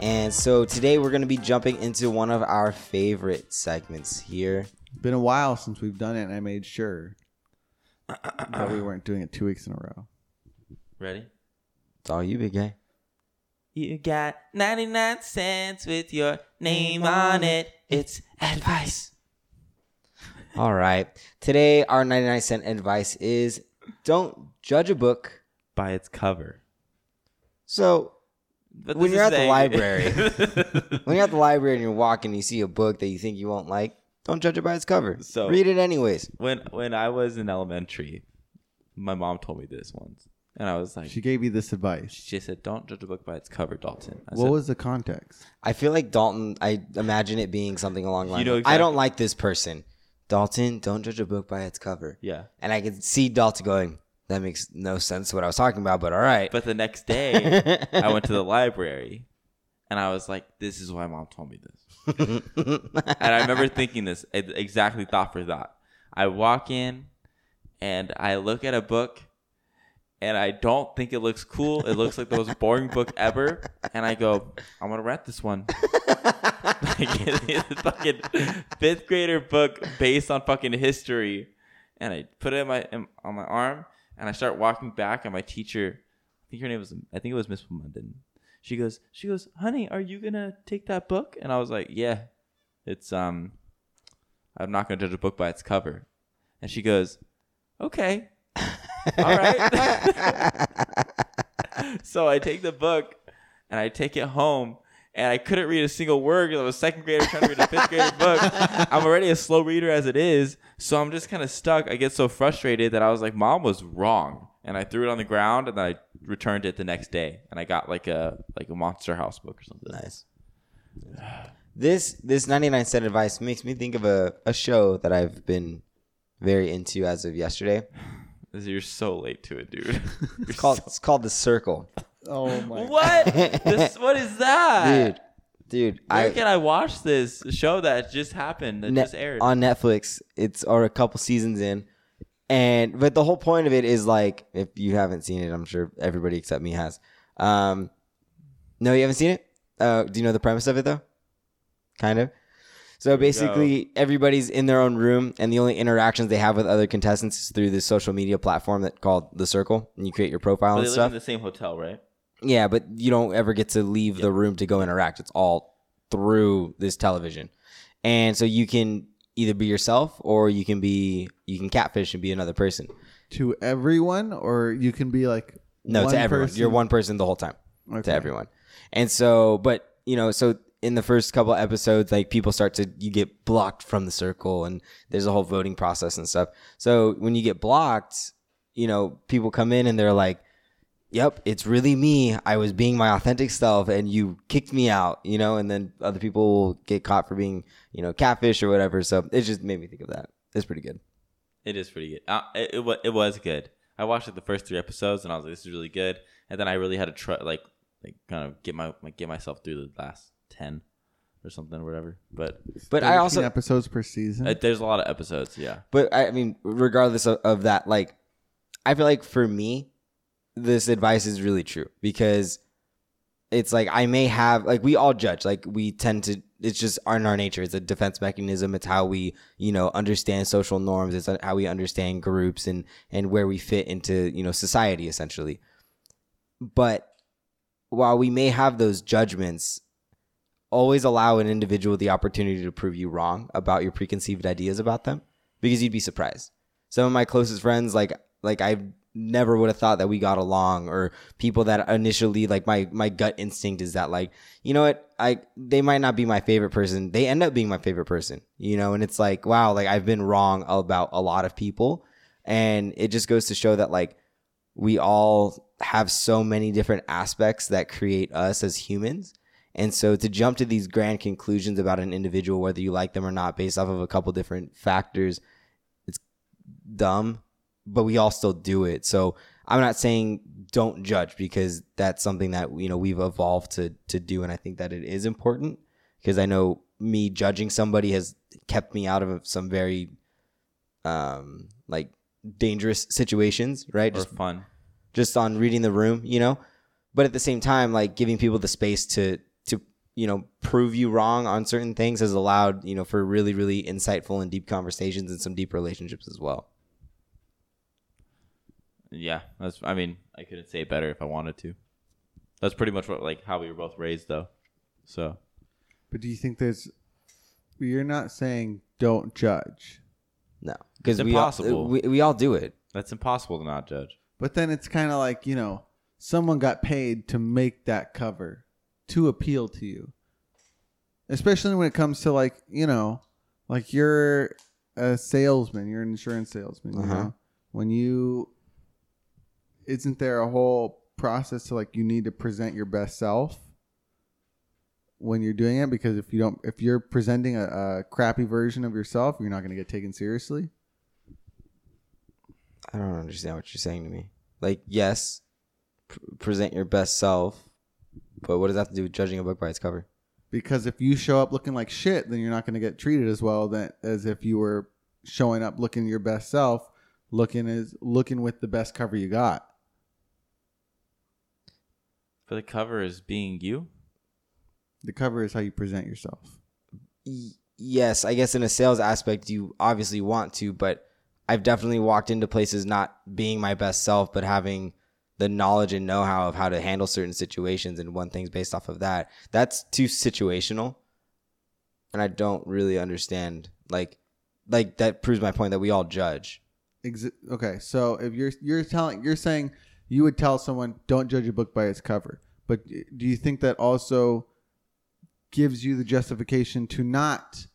Speaker 1: And so today we're going to be jumping into one of our favorite segments here.
Speaker 3: Been a while since we've done it, and I made sure that we weren't doing it two weeks in a row.
Speaker 2: Ready?
Speaker 1: It's all you, big guy.
Speaker 2: You got 99 cents with your name on it. It's advice.
Speaker 1: All right. Today, our 99 cent advice is don't judge a book.
Speaker 2: By its cover.
Speaker 1: So,
Speaker 2: But
Speaker 1: When
Speaker 2: this
Speaker 1: you're
Speaker 2: is
Speaker 1: at the
Speaker 2: a-
Speaker 1: library. when you're at the library and you're walking, you see a book that you think you won't like, don't judge it by its cover.
Speaker 2: So-
Speaker 1: Read it anyways.
Speaker 2: when when I was in elementary, my mom told me this once. And I was like,
Speaker 3: She gave you this advice.
Speaker 2: she said, don't judge a book by its cover, Dalton. I
Speaker 3: What
Speaker 2: said,
Speaker 3: was the context?
Speaker 1: I feel like Dalton, I imagine it being something along the lines
Speaker 2: know
Speaker 1: of, I
Speaker 2: exactly-
Speaker 1: don't like this person. Dalton, don't judge a book by its cover.
Speaker 2: yeah.
Speaker 1: And I could see Dalton going, that makes no sense what I was talking about, but all right.
Speaker 2: But the next day, I went to the library and I was like, this is why mom told me this. and I remember thinking this e- exactly thought for thought. I walk in and I look at a book and I don't think it looks cool. It looks like the most boring book ever. And I go, I'm going to rent this one. like, it's a fucking fifth grader book based on fucking history. And I put it in my, in, on my arm and I start walking back and my teacher, I think her name was, I think it was Miss Munden. She goes, she goes, honey, are you going to take that book? And I was like, yeah, it's um i'm not going to judge a book by its cover and she goes okay all right so i take the book and i take it home and I couldn't read a single word because I was a second grader trying to read a fifth grade book. I'm already a slow reader as it is, so I'm just kind of stuck. I get so frustrated that I was like, "Mom was wrong," and I threw it on the ground, and I returned it the next day, and I got like a like a Monster House book or something.
Speaker 1: Nice. This this 99 cent advice makes me think of a, a show that I've been very into as of yesterday.
Speaker 2: You're so late to it, dude. You're
Speaker 1: It's called
Speaker 2: so-
Speaker 1: it's called The Circle.
Speaker 3: Oh my!
Speaker 2: what? this, what is that,
Speaker 1: Dude. Dude,
Speaker 2: Where
Speaker 1: I
Speaker 2: can I watch this show that just happened that
Speaker 1: Ne-
Speaker 2: just aired?
Speaker 1: on Netflix. It's or a couple seasons in, and but the whole point of it is like if you haven't seen it, I'm sure everybody except me has. Um, no, you haven't seen it. Uh, do you know the premise of it though? Kind of. So basically, everybody's in their own room, and the only interactions they have with other contestants is through this social media platform that called the Circle, and you create your profile
Speaker 2: But
Speaker 1: and
Speaker 2: they live
Speaker 1: stuff.
Speaker 2: in the same hotel, right?
Speaker 1: Yeah, but you don't ever get to leave the room to go interact. It's all through this television. And so you can either be yourself or you can be you can catfish and be another person.
Speaker 3: To everyone, or you can be like
Speaker 1: No,
Speaker 3: one
Speaker 1: to everyone.
Speaker 3: person-
Speaker 1: You're one person the whole time
Speaker 3: Okay.
Speaker 1: to everyone. And so, but you know, so in the first couple episodes, like people start to you get blocked from the circle, and there's a whole voting process and stuff. So when you get blocked, you know, people come in and they're like, "Yep, it's really me. I was being my authentic self, and you kicked me out." You know, and then other people will get caught for being, you know, catfish or whatever. So it just made me think of that. It's pretty good.
Speaker 2: It is pretty good. Uh, it, it, wa- it was good. I watched like the first three episodes and I was like, this is really good. And then I really had to try, like, like kind of get my like, get myself through the last ten or something or whatever. But
Speaker 1: But I
Speaker 3: 13
Speaker 1: also
Speaker 3: episodes per season.
Speaker 2: uh, there's a lot of episodes. Yeah,
Speaker 1: But I I mean, regardless of, of that, like, I feel like for me, this advice is really true because it's like I may have, like, we all judge. Like, we tend to, it's just in our nature. It's a defense mechanism. It's how we, you know, understand social norms. It's uh, how we understand groups and, and where we fit into, you know, society essentially. But while we may have those judgments, always allow an individual the opportunity to prove you wrong about your preconceived ideas about them because you'd be surprised. Some of my closest friends, like like I never would have thought that we got along, or people that initially like my my gut instinct is that like you know what I they might not be my favorite person. They end up being my favorite person, you know, and it's like wow, like I've been wrong about a lot of people, and it just goes to show that like we all have so many different aspects that create us as humans. And so to jump to these grand conclusions about an individual, whether you like them or not, based off of a couple different factors, it's dumb, but we all still do it. So I'm not saying don't judge because that's something that you know we've evolved to to do, and I think that it is important because I know me judging somebody has kept me out of some very um like dangerous situations, right?
Speaker 2: or
Speaker 1: Just
Speaker 2: fun.
Speaker 1: just on reading the room, you know. But at the same time, like giving people the space to to you know prove you wrong on certain things has allowed you know for really really insightful and deep conversations and some deep relationships as well.
Speaker 2: Yeah, that's. I mean, I couldn't say it better if I wanted to. That's pretty much what like how we were both raised though. So
Speaker 3: but do you think there's? You're not saying don't judge,
Speaker 1: No, because
Speaker 2: It's
Speaker 1: we all,
Speaker 2: impossible.
Speaker 1: we we all do it.
Speaker 2: that's impossible to not judge.
Speaker 3: but then it's kind of like you know someone got paid to make that cover to appeal to you, especially when it comes to like you know like you're a salesman, you're an insurance salesman. You
Speaker 1: Uh-huh.
Speaker 3: know when you isn't there a whole process to like you need to present your best self when you're doing it because if you don't if you're presenting a, a crappy version of yourself you're not going to get taken seriously
Speaker 1: I don't understand what you're saying to me. Like yes, pr- present your best self, but what does that have to do with judging a book by its cover?
Speaker 3: because if you show up looking like shit then you're not going to get treated as well that as if you were showing up looking your best self looking as looking with the best cover you got
Speaker 2: But the cover is being you.
Speaker 3: the cover is how you present yourself
Speaker 1: y- yes, I guess in a sales aspect, you obviously want to, but I've definitely walked into places not being my best self, but having the knowledge and know how of how to handle certain situations and one things based off of that. That's too situational. And I don't really understand. Like, like that proves my point that we all judge.
Speaker 3: Ex- okay, so if you're you're telling you're saying you would tell someone don't judge a book by its cover, but do you think that also gives you the justification to not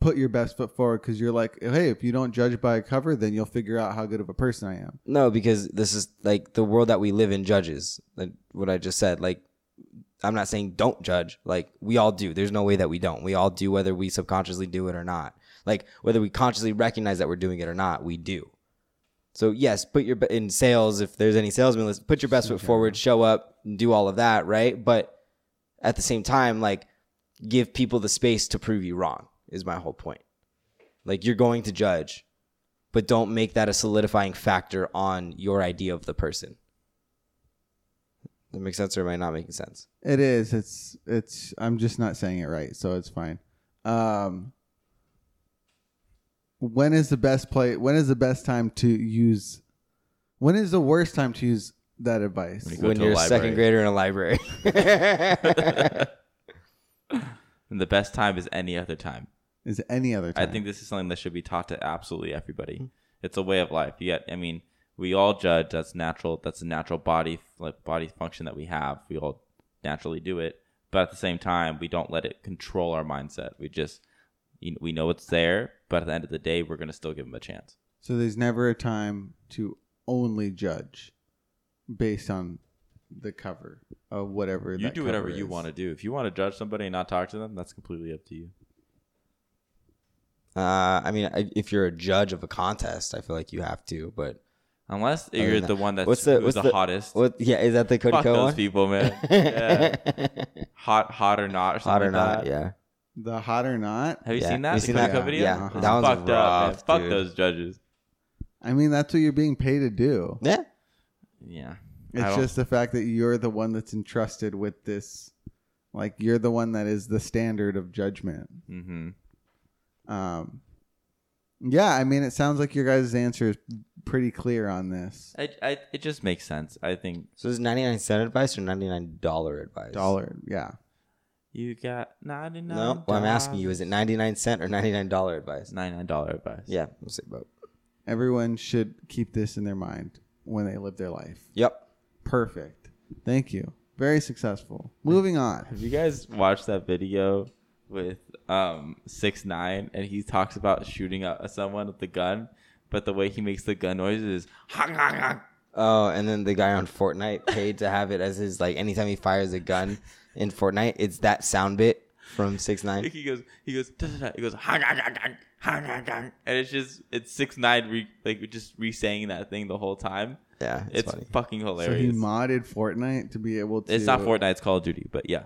Speaker 3: put your best foot forward because you're like, hey, if you don't judge by a cover, then you'll figure out how good of a person I am.
Speaker 1: No, because this is like the world that we live in judges. Like what I just said. Like I'm not saying don't judge. Like we all do. There's no way that we don't. We all do whether we subconsciously do it or not. Like whether we consciously recognize that we're doing it or not, we do. So yes, put your be- in sales if there's any salesman list, put your best foot forward, show up, and do all of that, right? But at the same time, like give people the space to prove you wrong is my whole point. Like you're going to judge, but don't make that a solidifying factor on your idea of the person. That makes sense or am I not making sense?
Speaker 3: It is. It's. It's. I'm just not saying it right, so it's fine. Um, when is the best play? When is the best time to use? When is the worst time to use that advice?
Speaker 2: When you go
Speaker 1: when
Speaker 2: to a
Speaker 1: you're a second
Speaker 2: library.
Speaker 1: grader in a library.
Speaker 2: And the best time is any other time.
Speaker 3: Is any other
Speaker 2: I
Speaker 3: time?
Speaker 2: think this is something that should be taught to absolutely everybody. It's a way of life. You get, I mean, we all judge. That's natural. That's a natural body like body function that we have. We all naturally do it. But at the same time, we don't let it control our mindset. We just you we know it's there. But at the end of the day, we're gonna still give them a chance.
Speaker 3: so there's never a time to only judge based on the cover of whatever.
Speaker 2: You
Speaker 3: that
Speaker 2: do whatever
Speaker 3: cover
Speaker 2: you
Speaker 3: is.
Speaker 2: want to do. If you want to judge somebody and not talk to them, that's completely up to you.
Speaker 1: Uh, I mean, I, if you're a judge of a contest, I feel like you have to. But
Speaker 2: Unless
Speaker 1: other
Speaker 2: you're
Speaker 1: than
Speaker 2: the
Speaker 1: that-
Speaker 2: one that's
Speaker 1: what's the
Speaker 2: who's
Speaker 1: what's
Speaker 2: the, hottest.
Speaker 1: What? Yeah, is that the Cody
Speaker 2: Fuck
Speaker 1: Co
Speaker 2: those
Speaker 1: one?
Speaker 2: people, man. Yeah. Hot, hot or not, or something
Speaker 1: Hot or
Speaker 2: like
Speaker 1: not?
Speaker 2: that.
Speaker 1: Yeah.
Speaker 3: The hot or not?
Speaker 2: Have you
Speaker 1: Yeah.
Speaker 2: seen that?
Speaker 1: You
Speaker 2: the
Speaker 1: seen
Speaker 2: Cody
Speaker 1: that?
Speaker 2: Co video?
Speaker 1: Yeah.
Speaker 2: It's
Speaker 1: That one's
Speaker 2: fucked up.
Speaker 1: rough,
Speaker 2: Man. Fuck
Speaker 1: dude.
Speaker 2: those judges.
Speaker 3: I mean, that's what you're being paid to do.
Speaker 1: Yeah.
Speaker 2: Yeah. I
Speaker 3: It's
Speaker 2: don't-
Speaker 3: just the fact that you're the one that's entrusted with this. Like you're the one that is the standard of judgment.
Speaker 2: Mhm.
Speaker 3: Um, yeah, I mean, it sounds like your guys' answer is pretty clear on this.
Speaker 2: I, I, it just makes sense. I think
Speaker 1: So is 99 cent advice or 99 dollar advice?
Speaker 3: Dollar, yeah.
Speaker 2: you got ninety nine.
Speaker 1: No. Well, I'm asking you, is it 99 cent or 99 dollar advice?
Speaker 2: ninety nine dollar advice?
Speaker 1: Yeah. We'll say both.
Speaker 3: Everyone should keep this in their mind when they live their life.
Speaker 1: Yep.
Speaker 3: Perfect. Thank you. Very successful. Moving on.
Speaker 2: Have you guys watched that video with um six nine and he talks about shooting at someone with the gun, but the way he makes the gun noises is honk, honk, honk.
Speaker 1: Oh, and then the guy on Fortnite paid to have it as his like anytime he fires a gun in Fortnite, it's that sound bit from Six Nine.
Speaker 2: He goes, he goes, da, da, da. he goes, honk, honk, honk, honk, honk, honk, honk. and it's just it's six nine re, like just re-saying that thing the whole time.
Speaker 1: Yeah, it's,
Speaker 2: It's,
Speaker 1: funny.
Speaker 2: fucking
Speaker 3: So he
Speaker 2: hilarious.
Speaker 3: modded Fortnite to be able to.
Speaker 2: it's not Fortnite, it's Call of Duty, but yeah,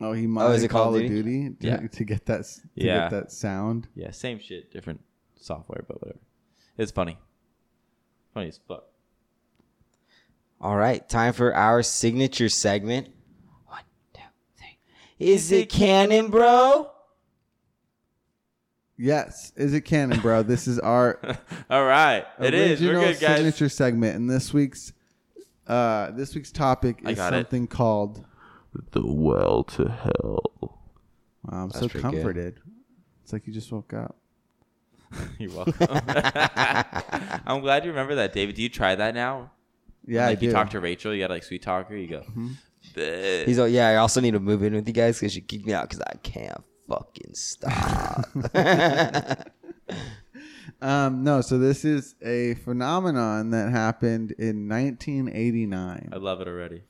Speaker 3: Oh, he modded
Speaker 1: is it
Speaker 3: Call, of Duty, to,
Speaker 2: Yeah.
Speaker 3: to get that s- to
Speaker 2: Yeah.
Speaker 3: get that sound.
Speaker 2: yeah, same shit, different software, but whatever. It's funny, funny as fuck.
Speaker 1: All right, time for our signature segment. One, two, three. Is it canon, bro?
Speaker 3: Yes, is it canon, bro? this is our
Speaker 2: All right, it is. We're
Speaker 3: original
Speaker 2: good, guys.
Speaker 3: signature segment, and this week's uh, this week's topic
Speaker 2: I
Speaker 3: is
Speaker 2: got it.
Speaker 3: something called
Speaker 2: The well to hell.
Speaker 3: Wow, I'm so
Speaker 1: That's pretty good.
Speaker 3: comforted. It's like you just woke up.
Speaker 2: You're welcome. I'm glad you remember that, David. Do you try that now?
Speaker 3: Yeah,
Speaker 2: like
Speaker 3: I
Speaker 2: you
Speaker 3: do. Mm-hmm.
Speaker 2: talk to Rachel, you got to like sweet talk her. You go. "Bleh."
Speaker 1: He's like, yeah. I also need to move in with you guys because you kicked me out because I can't fucking stop.
Speaker 3: um, no, so this is a phenomenon that happened in 1989,
Speaker 2: I love it already.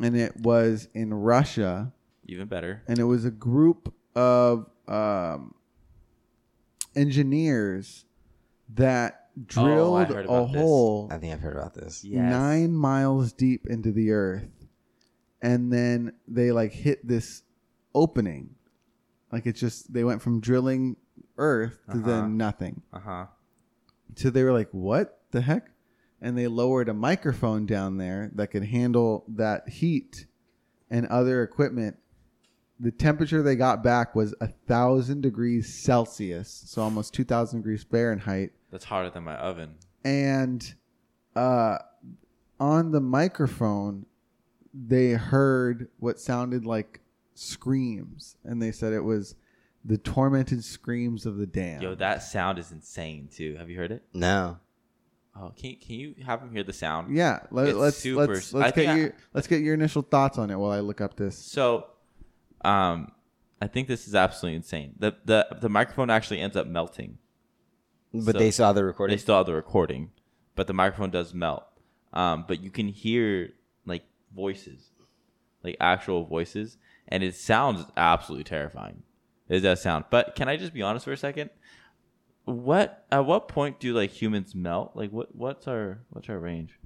Speaker 3: and it was in Russia,
Speaker 2: Even better.
Speaker 3: and it was a group of um, engineers that drilled
Speaker 2: Oh, heard
Speaker 3: a
Speaker 2: about this.
Speaker 3: hole
Speaker 1: I think I've heard about this.
Speaker 2: Yes.
Speaker 3: nine miles deep into the earth, and then they like hit this opening, like it's just they went from drilling earth to
Speaker 2: Uh-huh.
Speaker 3: then nothing.
Speaker 2: Uh huh.
Speaker 3: So they were like, "What the heck?" And they lowered a microphone down there that could handle that heat and other equipment. The temperature they got back was a thousand degrees Celsius, so almost two thousand degrees Fahrenheit
Speaker 2: That's harder than my oven.
Speaker 3: and uh, on the microphone they heard what sounded like screams and they said it was the tormented screams of the damned
Speaker 2: Yo, that sound is insane too. Have you heard it?
Speaker 1: No.
Speaker 2: Oh, can can you have him hear the sound?
Speaker 3: yeah let,
Speaker 2: It's
Speaker 3: let's
Speaker 2: super-
Speaker 3: let's
Speaker 2: I
Speaker 3: let's
Speaker 2: think
Speaker 3: get
Speaker 2: I-
Speaker 3: your let's get your initial thoughts on it while i look up this
Speaker 2: So Um, I think this is absolutely insane. The the the microphone actually ends up melting.
Speaker 1: But
Speaker 2: So-
Speaker 1: they saw the
Speaker 2: They
Speaker 1: recording.
Speaker 2: still have the recording, but the microphone does melt. Um, but you can hear like voices, like actual voices, and it sounds absolutely terrifying. It does sound. But can I just be honest for a second? What at what point do like humans melt? Like what what's our what's our range?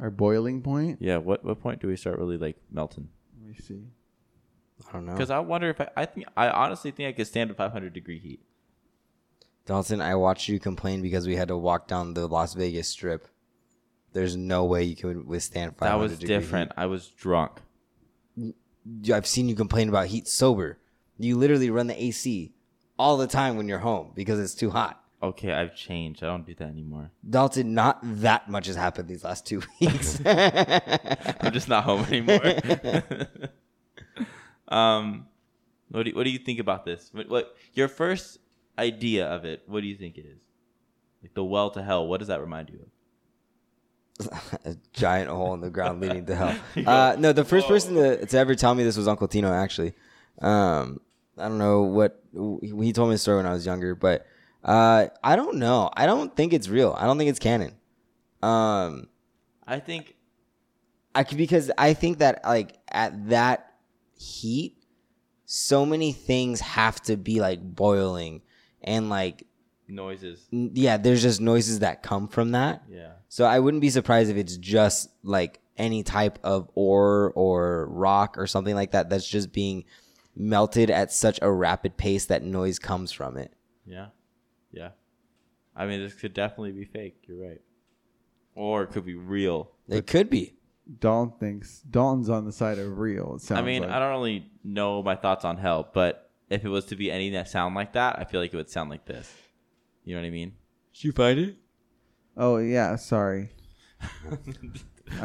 Speaker 3: Our boiling point.
Speaker 2: Yeah, what what point do we start really like melting?
Speaker 3: Let me see.
Speaker 1: I don't know.
Speaker 2: Because Oh. I wonder if I, I think I honestly think I could stand a 500 degree heat.
Speaker 1: Donaldson, I watched you complain because we had to walk down the Las Vegas Strip. There's no way you can withstand 500
Speaker 2: That was
Speaker 1: degree
Speaker 2: different. I was drunk.
Speaker 1: heat. I've seen you complain about heat sober. You literally run the AC all the time when you're home because it's too hot.
Speaker 2: Okay, I've changed. I don't do that anymore.
Speaker 1: Dalton, not that much has happened these last two weeks.
Speaker 2: I'm just not home anymore. um, what do you, what do you think about this? What, what your first idea of it? What do you think it is? Like the well to hell. What does that remind you of?
Speaker 1: a giant hole in the ground leading to hell. Uh, no, the first person to, to ever tell me this was Uncle Tino. Actually, um, I don't know what he told me the story when I was younger, but uh, I don't know. I don't think it's real. I don't think it's canon. Um,
Speaker 2: I think
Speaker 1: I c- because I think that like at that heat, so many things have to be like boiling, and like
Speaker 2: noises.
Speaker 1: n- yeah, there's just noises that come from that.
Speaker 2: Yeah.
Speaker 1: So I wouldn't be surprised if it's just like any type of ore or rock or something like that that's just being melted at such a rapid pace that noise comes from it.
Speaker 2: Yeah. Yeah. I mean, this could definitely be fake. You're right. Or it could be real.
Speaker 1: It could be.
Speaker 3: Dalton thinks Dalton's on the side of real. It sounds.
Speaker 2: I mean,
Speaker 3: like.
Speaker 2: I don't really know my thoughts on hell, but if it was to be any that sound like that, I feel like it would sound like this. You know what I mean?
Speaker 1: Did you find it?
Speaker 3: Oh yeah, sorry. I
Speaker 2: What were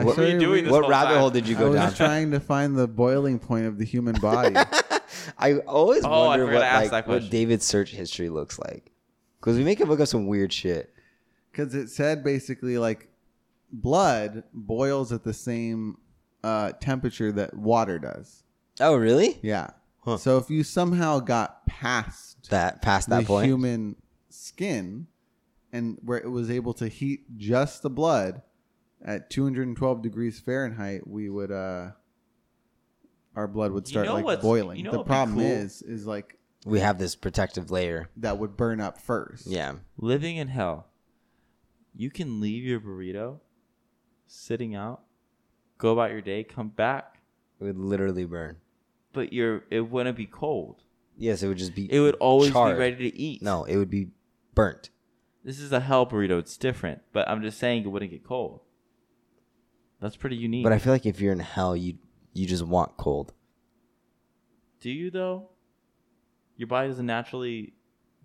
Speaker 2: you
Speaker 3: started
Speaker 2: doing
Speaker 3: re-
Speaker 2: This
Speaker 1: What
Speaker 2: whole
Speaker 1: rabbit
Speaker 2: time.
Speaker 1: hole did you
Speaker 3: I
Speaker 1: go
Speaker 3: was
Speaker 1: down?
Speaker 3: just trying to find the boiling point of the human body.
Speaker 1: I always
Speaker 2: Oh, I
Speaker 1: wonder
Speaker 2: forgot
Speaker 1: what,
Speaker 2: to ask
Speaker 1: like,
Speaker 2: that
Speaker 1: what
Speaker 2: question.
Speaker 1: David's search history looks like. Because we make him look up some weird shit.
Speaker 3: because it said basically like blood boils at the same uh, temperature that water does.
Speaker 1: Oh, really?
Speaker 3: Yeah.
Speaker 1: Huh.
Speaker 3: So if you somehow got past
Speaker 1: That past that
Speaker 3: the
Speaker 1: point.
Speaker 3: human skin and where it was able to heat just the blood at 212 degrees Fahrenheit, we would uh our blood would
Speaker 2: You
Speaker 3: start
Speaker 2: know
Speaker 3: like
Speaker 2: what's-
Speaker 3: boiling.
Speaker 2: you know
Speaker 3: the
Speaker 2: what'd be
Speaker 3: problem
Speaker 2: cool?
Speaker 3: is is like
Speaker 1: we have this protective layer.
Speaker 3: that would burn up first.
Speaker 1: Yeah.
Speaker 2: Living in hell, you can leave your burrito, sitting out, go about your day, come back,
Speaker 1: It would literally burn.
Speaker 2: but you're it wouldn't be cold.
Speaker 1: Yes, it would just be
Speaker 2: It would always
Speaker 1: charred.
Speaker 2: be ready to eat.
Speaker 1: No, it would be burnt.
Speaker 2: this is a hell burrito. It's different, but I'm just saying it wouldn't get cold. That's pretty unique.
Speaker 1: But I feel like if you're in hell, you you just want cold.
Speaker 2: Do you though? Your body doesn't naturally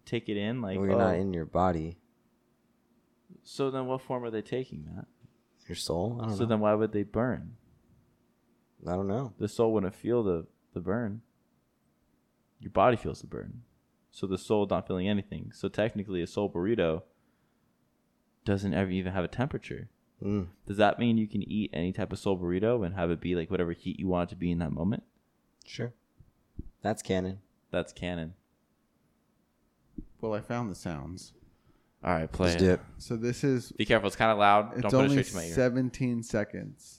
Speaker 2: take it in, like
Speaker 1: Well, you're not
Speaker 2: oh.
Speaker 1: in your body,
Speaker 2: So then, what form are they taking that?
Speaker 1: your soul. I don't
Speaker 2: So
Speaker 1: know.
Speaker 2: then, why would they burn?
Speaker 1: I don't know.
Speaker 2: The soul wouldn't feel the the burn. Your body feels the burn, so the soul not feeling anything. So technically, a soul burrito doesn't ever even have a temperature.
Speaker 1: Mm.
Speaker 2: Does that mean you can eat any type of soul burrito and have it be like whatever heat you want it to be in that moment?
Speaker 1: Sure. That's canon.
Speaker 2: That's canon.
Speaker 3: Well, I found the sounds.
Speaker 2: All right, play
Speaker 1: Let's
Speaker 2: it.
Speaker 1: do it.
Speaker 3: So this is
Speaker 2: Be careful; it's kind of loud.
Speaker 3: it's
Speaker 2: Don't put it
Speaker 3: only
Speaker 2: straight to my ear.
Speaker 3: 17 seconds.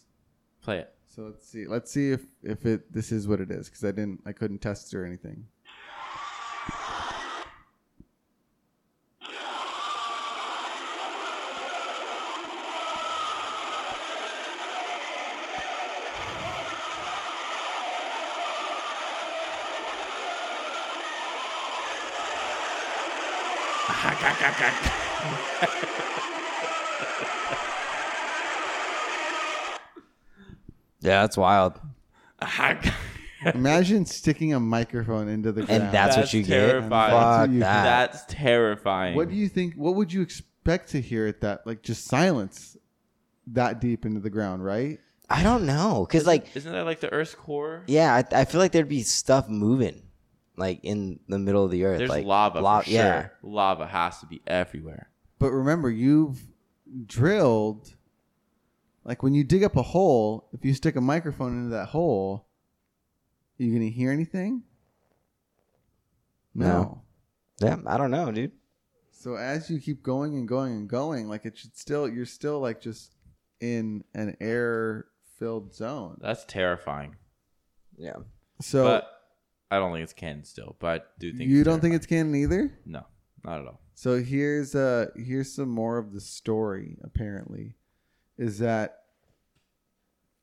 Speaker 2: Play it.
Speaker 3: So let's see. Let's see if if it this is what it is because I didn't I couldn't test it or anything.
Speaker 1: Yeah, that's wild.
Speaker 3: Imagine sticking a microphone into the ground.
Speaker 1: And that's, what
Speaker 2: That's
Speaker 1: you
Speaker 2: terrifying.
Speaker 1: get. Fuck
Speaker 3: That's what you-
Speaker 1: that.
Speaker 2: That's terrifying.
Speaker 3: what do you think? What would you expect to hear at that? Like just silence that deep into the ground, right?
Speaker 1: I don't know, cause like,
Speaker 2: Isn't that like the Earth's core?
Speaker 1: yeah, I, I feel like there'd be stuff moving, like in the middle of the earth.
Speaker 2: There's
Speaker 1: like,
Speaker 2: lava
Speaker 1: lo-
Speaker 2: for sure.
Speaker 1: Yeah,
Speaker 2: Lava has to be everywhere.
Speaker 3: But remember, you've drilled. Like when you dig up a hole, if you stick a microphone into that hole, You gonna hear anything?
Speaker 1: No. Yeah, I don't know, dude.
Speaker 3: So as you keep going and going and going, like it should still, you're still like just in an air-filled zone.
Speaker 2: That's terrifying.
Speaker 1: Yeah.
Speaker 3: So
Speaker 2: but I don't think it's canon still. But I do think
Speaker 3: you
Speaker 2: it's
Speaker 3: don't think
Speaker 2: terrifying.
Speaker 3: it's canon either?
Speaker 2: no, not at all.
Speaker 3: So here's uh here's some more of the story. Apparently, is that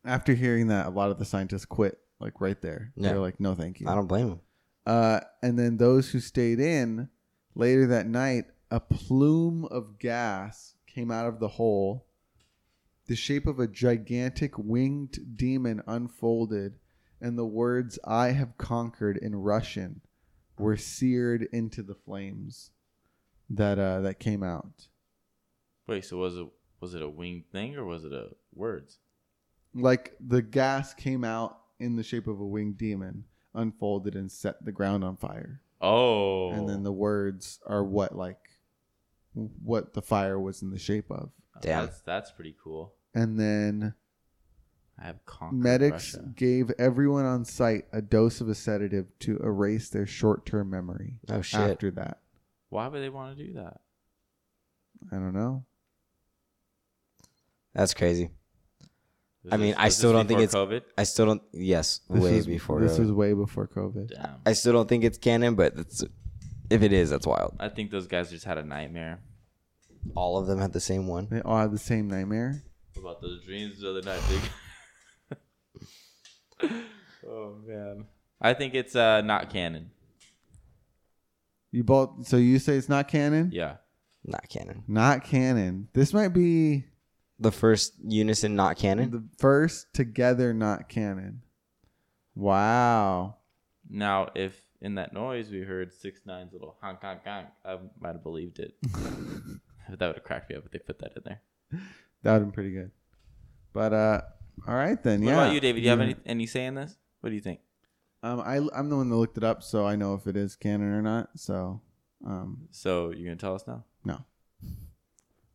Speaker 3: after hearing that, a lot of the scientists quit. Like right there,
Speaker 1: Yeah.
Speaker 3: they're like, "No, thank you."
Speaker 1: I don't blame him.
Speaker 3: Uh, and then those who stayed in later that night, a plume of gas came out of the hole. The shape of a gigantic winged demon unfolded, and the words I have conquered in Russian were seared into the flames that uh, that came out.
Speaker 2: Wait, so was it was it a winged thing or was it a words?
Speaker 3: Like the gas came out in the shape of a winged demon, unfolded and set the ground on fire.
Speaker 2: Oh,
Speaker 3: and then the words are what like what the fire was in the shape of
Speaker 1: Damn.
Speaker 2: Oh, That's that's pretty cool.
Speaker 3: and then
Speaker 2: I have conquered
Speaker 3: medics
Speaker 2: Russia.
Speaker 3: gave everyone on site a dose of a sedative to erase their short-term memory
Speaker 1: Oh shit.
Speaker 3: after that
Speaker 2: Why would they want to do that?
Speaker 3: i don't know
Speaker 1: That's crazy.
Speaker 2: Was
Speaker 1: I mean,
Speaker 2: this-
Speaker 1: I
Speaker 2: was this
Speaker 1: still don't think
Speaker 2: before COVID.
Speaker 1: I still don't yes,
Speaker 3: This
Speaker 1: way
Speaker 3: was-
Speaker 1: before
Speaker 3: this
Speaker 1: COVID.
Speaker 3: was way before covid
Speaker 2: Damn.
Speaker 1: I still don't think it's canon, but that's if it is, that's wild.
Speaker 2: I think those guys just had a nightmare.
Speaker 1: All of them had the same one.
Speaker 3: they all had the same nightmare
Speaker 2: What about those dreams the other night, dude? oh man, I think it's uh, not canon.
Speaker 3: you both so you say it's not canon
Speaker 2: Yeah,
Speaker 1: Not canon.
Speaker 3: not canon this might be
Speaker 1: The first unison not canon.
Speaker 3: the first together not canon wow
Speaker 2: Now, if in that noise we heard six nine's little honk honk honk, I might have believed it. that would have cracked me up if they put that in there.
Speaker 3: That would have been pretty good. But uh, all right then.
Speaker 2: What
Speaker 3: yeah.
Speaker 2: about you, David? Do you have any any say in this? What do you think?
Speaker 3: Um, I I'm the one that looked it up, so I know if it is canon or not. So, um,
Speaker 2: So you're gonna tell us now?
Speaker 3: no.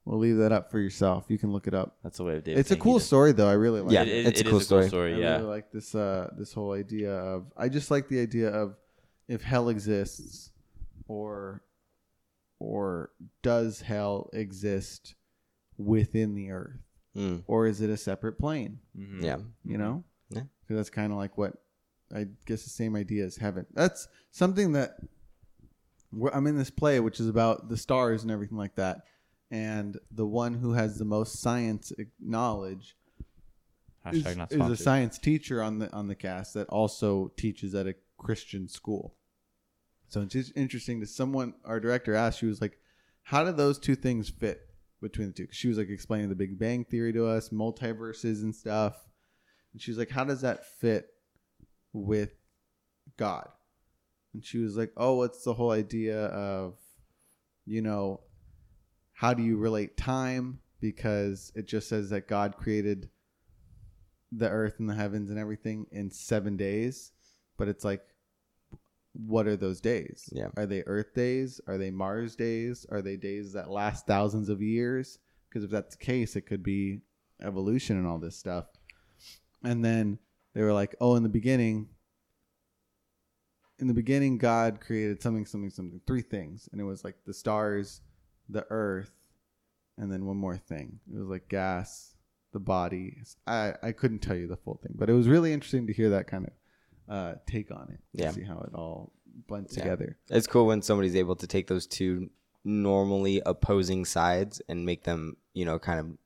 Speaker 3: We'll leave that up for yourself. You can look it up.
Speaker 2: That's the way of David.
Speaker 3: It's a
Speaker 2: saying he
Speaker 3: cool
Speaker 2: does-
Speaker 3: story, though. I really like.
Speaker 1: Yeah,
Speaker 2: It-
Speaker 3: it.
Speaker 2: it-
Speaker 1: it's a
Speaker 2: it is
Speaker 1: cool story.
Speaker 3: I
Speaker 2: story.
Speaker 3: really
Speaker 2: Yeah,
Speaker 3: like this uh this whole idea of. I just like the idea of if hell exists, or, or does hell exist within the earth,
Speaker 1: Mm,
Speaker 3: or is it a separate plane?
Speaker 2: Mhm.
Speaker 1: yeah.
Speaker 3: you know
Speaker 1: Yeah.
Speaker 3: 'Cause that's kind of like what i guess the same idea as heaven that's something that wh- i'm in this play which is about the stars and everything like that and the one who has the most science e- knowledge is,
Speaker 2: Hashtag not
Speaker 3: is a
Speaker 2: sponsored.
Speaker 3: science teacher on the on the cast that also teaches at a christian school so it's just interesting to someone our director asked she was like how do those two things fit between the two 'Cause she was like explaining the big bang theory to us multiverses and stuff and she was like, How does that fit with God? And she was like, Oh, it's the whole idea of, you know, how do you relate time? Because it just says that God created the earth and the heavens and everything in seven days. But it's like, what are those days?
Speaker 1: Yeah.
Speaker 3: Are they Earth days? Are they Mars days? Are they days that last thousands of years? Because if that's the case, it could be evolution and all this stuff. And then they were like, oh, in the beginning, in the beginning, God created something, something, something, three things. And it was like the stars, the earth, and then one more thing. It was like gas, the body. I, I couldn't tell you the full thing, but it was really interesting to hear that kind of uh, take on it.
Speaker 1: Yeah.
Speaker 3: See how it all blends
Speaker 1: Yeah.
Speaker 3: together.
Speaker 1: It's cool when somebody's able to take those two normally opposing sides and make them, you know, kind of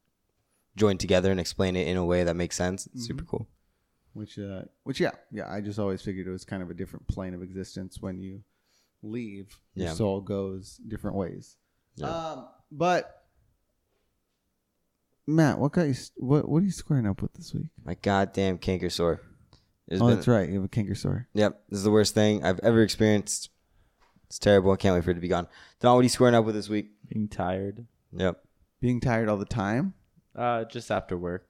Speaker 1: join together and explain it in a way that makes sense. It's Super
Speaker 3: Mm-hmm.
Speaker 1: cool.
Speaker 3: Which, uh, which, yeah, yeah. I just always figured it was kind of a different plane of existence when you leave. Your
Speaker 1: Yeah.
Speaker 3: soul goes different ways.
Speaker 1: Yeah.
Speaker 3: Um, but Matt, what got you? s- What what are you squaring up with this week?
Speaker 1: My goddamn canker sore. There's
Speaker 3: oh,
Speaker 1: been-
Speaker 3: that's right. You have a canker sore.
Speaker 1: Yep, this is the worst thing I've ever experienced. It's terrible. I can't wait for it to be gone. Don, what are you squaring up with this week?
Speaker 2: Being tired.
Speaker 1: Yep.
Speaker 3: Being tired all the time.
Speaker 2: Uh, just after work.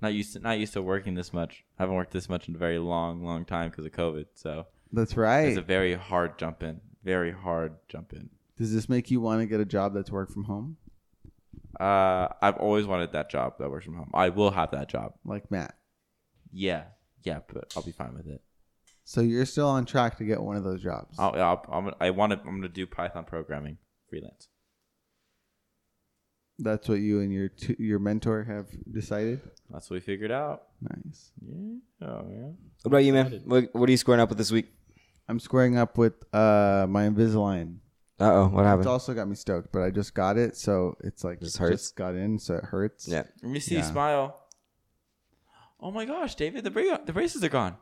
Speaker 2: Not used to not used to working this much. I haven't worked this much in a very long, long time because of COVID. So
Speaker 3: That's
Speaker 2: it's
Speaker 3: right.
Speaker 2: a very hard jump in. Very hard jump in.
Speaker 3: Does this make you want to get a job that's work from home,
Speaker 2: Uh, I've always wanted that job that works from home. I will have that job.
Speaker 3: like Matt?
Speaker 2: Yeah, yeah, but I'll be fine with it.
Speaker 3: So you're still on track to get one of those jobs.
Speaker 1: Oh.
Speaker 2: I'll, I'll, I'm, I want to. I'm going to do Python programming freelance.
Speaker 3: That's what you and your two, your mentor have decided.
Speaker 2: That's what we figured out.
Speaker 3: Nice.
Speaker 2: Yeah. Oh yeah.
Speaker 1: What about you, man? What, what are you squaring up with this week?
Speaker 3: I'm squaring up with uh my Invisalign.
Speaker 1: Uh oh, what
Speaker 3: It's
Speaker 1: happened?
Speaker 3: also got me stoked, but I just got it, so it's like
Speaker 1: Just
Speaker 3: just,
Speaker 1: hurts?
Speaker 3: got in, so it hurts.
Speaker 1: Yeah.
Speaker 2: Let me see you
Speaker 3: Yeah.
Speaker 2: smile. Oh my gosh, David, the bra- the braces are gone.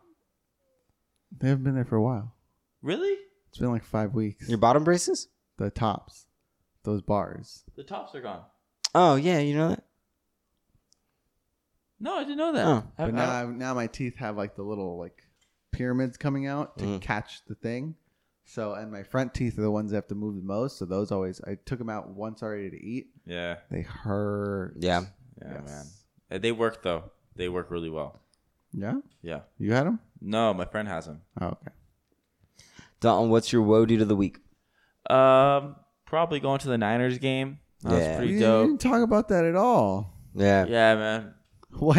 Speaker 3: They haven't been there for a while.
Speaker 2: Really?
Speaker 3: It's been like five weeks.
Speaker 1: Your bottom braces?
Speaker 3: The tops, those bars.
Speaker 2: The tops are gone.
Speaker 1: Oh yeah, you know that.
Speaker 2: No, I didn't know that.
Speaker 1: Oh,
Speaker 2: I-
Speaker 3: But
Speaker 2: I-
Speaker 3: now, I- now my teeth have like the little like pyramids coming out to
Speaker 1: Mm.
Speaker 3: catch the thing. So and my front teeth are the ones that have to move the most. So those always I took them out once already to eat.
Speaker 2: yeah,
Speaker 3: They hurt.
Speaker 1: Yeah.
Speaker 2: yeah,
Speaker 3: Yes.
Speaker 2: man. Uh, They work though. They work really well.
Speaker 3: Yeah.
Speaker 2: Yeah.
Speaker 3: You had them?
Speaker 2: No, my friend has them.
Speaker 3: Oh, okay.
Speaker 1: Dalton, what's your woe due to the week?
Speaker 2: Um, probably going to the Niners game. That
Speaker 1: Yeah.
Speaker 2: was
Speaker 3: You
Speaker 2: pretty
Speaker 3: didn't
Speaker 2: dope.
Speaker 3: even talk about that at all.
Speaker 1: Yeah.
Speaker 2: Yeah, man.
Speaker 3: Why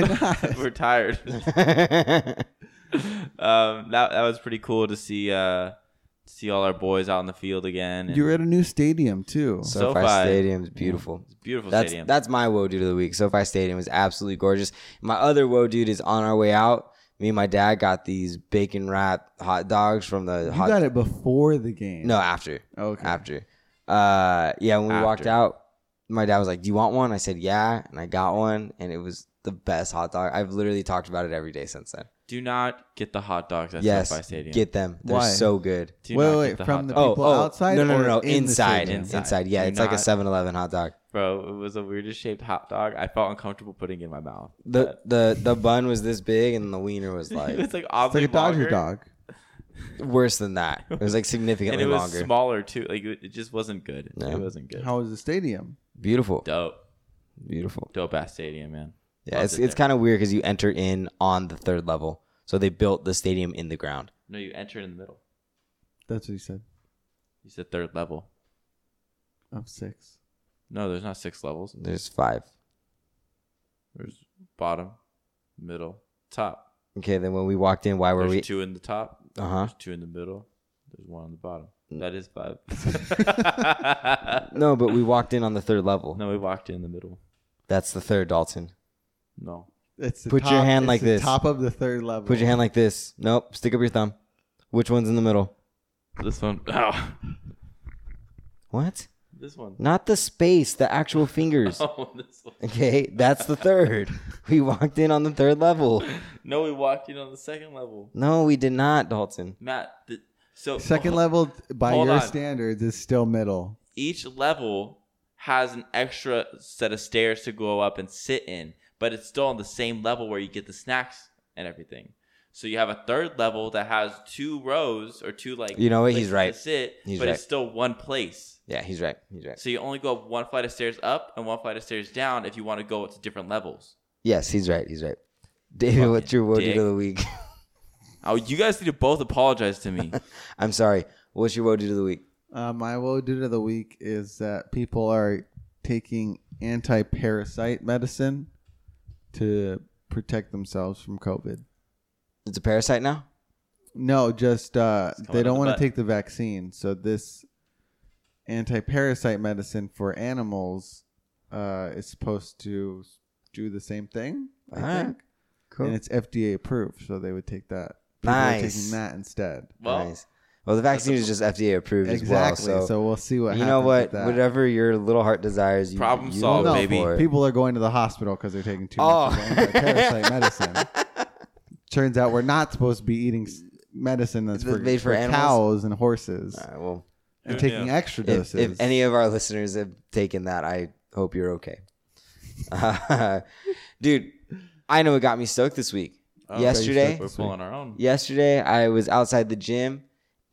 Speaker 3: not?
Speaker 2: We're tired. um, that that was pretty cool to see. Uh, see all our boys out in the field again. and
Speaker 3: you were at a new stadium too.
Speaker 1: SoFi,
Speaker 2: SoFi.
Speaker 1: Stadium is beautiful.
Speaker 2: it's a beautiful
Speaker 1: That's
Speaker 2: stadium.
Speaker 1: that's my woe dude of the week. SoFi Stadium is absolutely gorgeous. My other woe dude is on our way out. Me and my dad got these bacon wrap hot dogs from the
Speaker 3: You
Speaker 1: hot.
Speaker 3: got it before the game.
Speaker 1: No, after
Speaker 3: Okay.
Speaker 1: after. Uh, yeah, when we walked
Speaker 2: After.
Speaker 1: out, my dad was like, "Do you want one?" I said, "Yeah," and I got one, and it was the best hot dog. I've literally talked about it every day since then.
Speaker 2: Do not get the hot dogs at
Speaker 1: yes,
Speaker 2: SoFi Stadium.
Speaker 1: get them. They're
Speaker 3: Why?
Speaker 1: so good.
Speaker 2: Do
Speaker 3: Wait,
Speaker 2: not
Speaker 3: wait,
Speaker 2: get the
Speaker 3: from
Speaker 2: hot
Speaker 3: the-
Speaker 2: dog.
Speaker 1: Oh,
Speaker 3: people
Speaker 1: oh,
Speaker 3: outside
Speaker 1: no, no,
Speaker 3: or
Speaker 1: no, no,
Speaker 3: in the
Speaker 1: inside,
Speaker 3: stadium?
Speaker 1: inside,
Speaker 2: Inside.
Speaker 1: Yeah,
Speaker 2: Do
Speaker 1: it's like a
Speaker 2: not-
Speaker 1: 7-Eleven hot dog.
Speaker 2: bro, it was the weirdest shaped hot dog. I felt uncomfortable putting it in my mouth.
Speaker 1: The the the bun was this big, and the wiener was
Speaker 2: But-
Speaker 1: like
Speaker 2: it's like
Speaker 3: It's like
Speaker 2: oddly
Speaker 3: a Dodger
Speaker 2: longer,
Speaker 3: dog.
Speaker 1: worse than that. It was like
Speaker 2: and
Speaker 1: significantly
Speaker 2: it was
Speaker 1: longer.
Speaker 2: smaller too. Like it it just wasn't good.
Speaker 1: Yeah.
Speaker 2: It wasn't good.
Speaker 3: How was the stadium?
Speaker 1: Beautiful,
Speaker 2: dope,
Speaker 1: beautiful.
Speaker 2: dope ass stadium, man.
Speaker 1: Yeah,
Speaker 2: Loved
Speaker 1: it's
Speaker 2: it
Speaker 1: it's
Speaker 2: there.
Speaker 1: kind of weird because you enter in on the third level, so they built the stadium in the ground.
Speaker 2: no. You entered in the middle.
Speaker 3: That's what you said.
Speaker 2: You said third level.
Speaker 3: Of six.
Speaker 2: No, there's not six levels.
Speaker 1: There's five.
Speaker 2: There's bottom, middle, top.
Speaker 1: Okay, then when we walked in, why were
Speaker 2: There's
Speaker 1: we?
Speaker 2: two in the top.
Speaker 1: Uh huh.
Speaker 2: There's two in the middle. There's one on the bottom. That is five.
Speaker 1: No, but we walked in on the third level.
Speaker 2: no, we walked in the middle.
Speaker 1: That's the third, Dalton.
Speaker 2: No.
Speaker 3: It's the
Speaker 1: Put your hand
Speaker 3: it's
Speaker 1: like
Speaker 3: the
Speaker 1: this.
Speaker 3: Top of the third level.
Speaker 1: Put your hand like this. Nope. Stick up your thumb. Which one's in the middle?
Speaker 2: This one. Ow.
Speaker 1: What?
Speaker 2: This one.
Speaker 1: Not the space. The actual fingers.
Speaker 2: Oh, this one.
Speaker 1: Okay, that's the third. we walked in on the third level.
Speaker 2: No, we walked in on the second level.
Speaker 1: No, we did not, Dalton.
Speaker 2: Matt, the, so
Speaker 3: Second
Speaker 2: oh,
Speaker 3: level, by
Speaker 2: Hold
Speaker 3: your
Speaker 2: on.
Speaker 3: standards, is still middle.
Speaker 2: each level has an extra set of stairs to go up and sit in, but it's still on the same level where you get the snacks and everything. So you have a third level that has two rows or two like
Speaker 1: You know what? He's
Speaker 2: places
Speaker 1: right.
Speaker 2: to sit,
Speaker 1: He's
Speaker 2: but
Speaker 1: right.
Speaker 2: it's still one place.
Speaker 1: Yeah, he's right. He's right.
Speaker 2: So you only go up one flight of stairs up and one flight of stairs down if you want to go to different levels.
Speaker 1: Yes, he's right. He's right. David,
Speaker 2: Fucking
Speaker 1: what's your woe dude
Speaker 2: dick.
Speaker 1: of the week?
Speaker 2: Oh, you guys need to both apologize to me.
Speaker 1: I'm sorry. What's your woe dude of the week?
Speaker 3: Uh, my woe dude of the week is that people are taking anti-parasite medicine to protect themselves from COVID.
Speaker 1: It's a parasite now.
Speaker 3: No, just uh,
Speaker 2: coming
Speaker 3: they
Speaker 2: out
Speaker 3: don't
Speaker 2: the
Speaker 3: want
Speaker 2: butt.
Speaker 3: to take the vaccine. So this anti-parasite medicine for animals uh, is supposed to do the same thing. I
Speaker 1: Alright,
Speaker 3: think, and it's FDA approved, so they would take that. People are
Speaker 1: Nice.
Speaker 3: taking that instead.
Speaker 2: Well,
Speaker 1: nice. Well, the vaccine is just FDA approved
Speaker 3: Exactly.
Speaker 1: as well. So,
Speaker 3: so, we'll see what.
Speaker 1: you know what?
Speaker 3: happens with that.
Speaker 1: Whatever your little heart desires, you
Speaker 2: Problem
Speaker 1: you
Speaker 2: solved,
Speaker 1: go
Speaker 3: Well, no,
Speaker 2: baby.
Speaker 1: for it.
Speaker 3: People are going to the hospital because they're taking too
Speaker 1: Oh.
Speaker 3: much of the anti-parasite medicine. Turns out we're not supposed to be eating s- medicine that's
Speaker 1: That's
Speaker 3: for,
Speaker 1: made for
Speaker 3: for
Speaker 1: animals?
Speaker 3: cows and horses
Speaker 1: All right, well,
Speaker 3: and
Speaker 2: Who
Speaker 3: taking
Speaker 2: knew?
Speaker 3: extra
Speaker 1: if,
Speaker 3: doses.
Speaker 1: if any of our listeners have taken that, I hope you're okay. Uh, dude, I know it got me stoked this week.
Speaker 2: Oh,
Speaker 1: Yesterday,
Speaker 2: we're pulling our own.
Speaker 1: Yesterday, I was outside the gym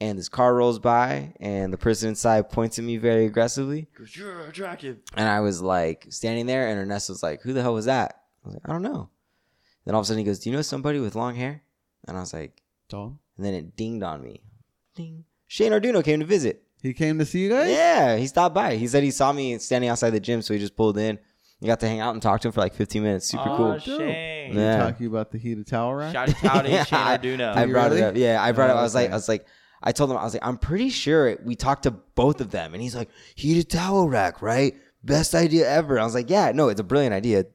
Speaker 1: and this car rolls by and the person inside points at me very aggressively.
Speaker 2: Because you're attractive.
Speaker 1: And I was like standing there and Ernesto was like, Who the hell was that? I was like, I don't know. Then all of a sudden he goes, Do you know somebody with long hair? And I was like,
Speaker 3: Dong.
Speaker 1: And then it dinged on me. Ding. Shane Arduino came to visit.
Speaker 3: He came to see you guys.
Speaker 1: Yeah, he stopped by. He said he saw me standing outside the gym, so he just pulled in. I got to hang out and talk to him for like 15 minutes. Super
Speaker 2: Aw,
Speaker 1: cool.
Speaker 3: dope.
Speaker 2: Shane.
Speaker 1: Yeah.
Speaker 3: talking about the heated towel rack.
Speaker 2: Shout out to
Speaker 1: Yeah,
Speaker 2: Shane
Speaker 1: I-
Speaker 2: Arduino.
Speaker 1: I
Speaker 3: You
Speaker 1: brought it
Speaker 3: really?
Speaker 1: up. Yeah, I brought it.
Speaker 3: Oh,
Speaker 1: Up. I was like,
Speaker 3: okay.
Speaker 1: I was like, I told him, I was like, I'm pretty sure it, we talked to both of them, and he's like, heated towel rack, right? Best idea ever. I was like, yeah, no, it's a brilliant idea.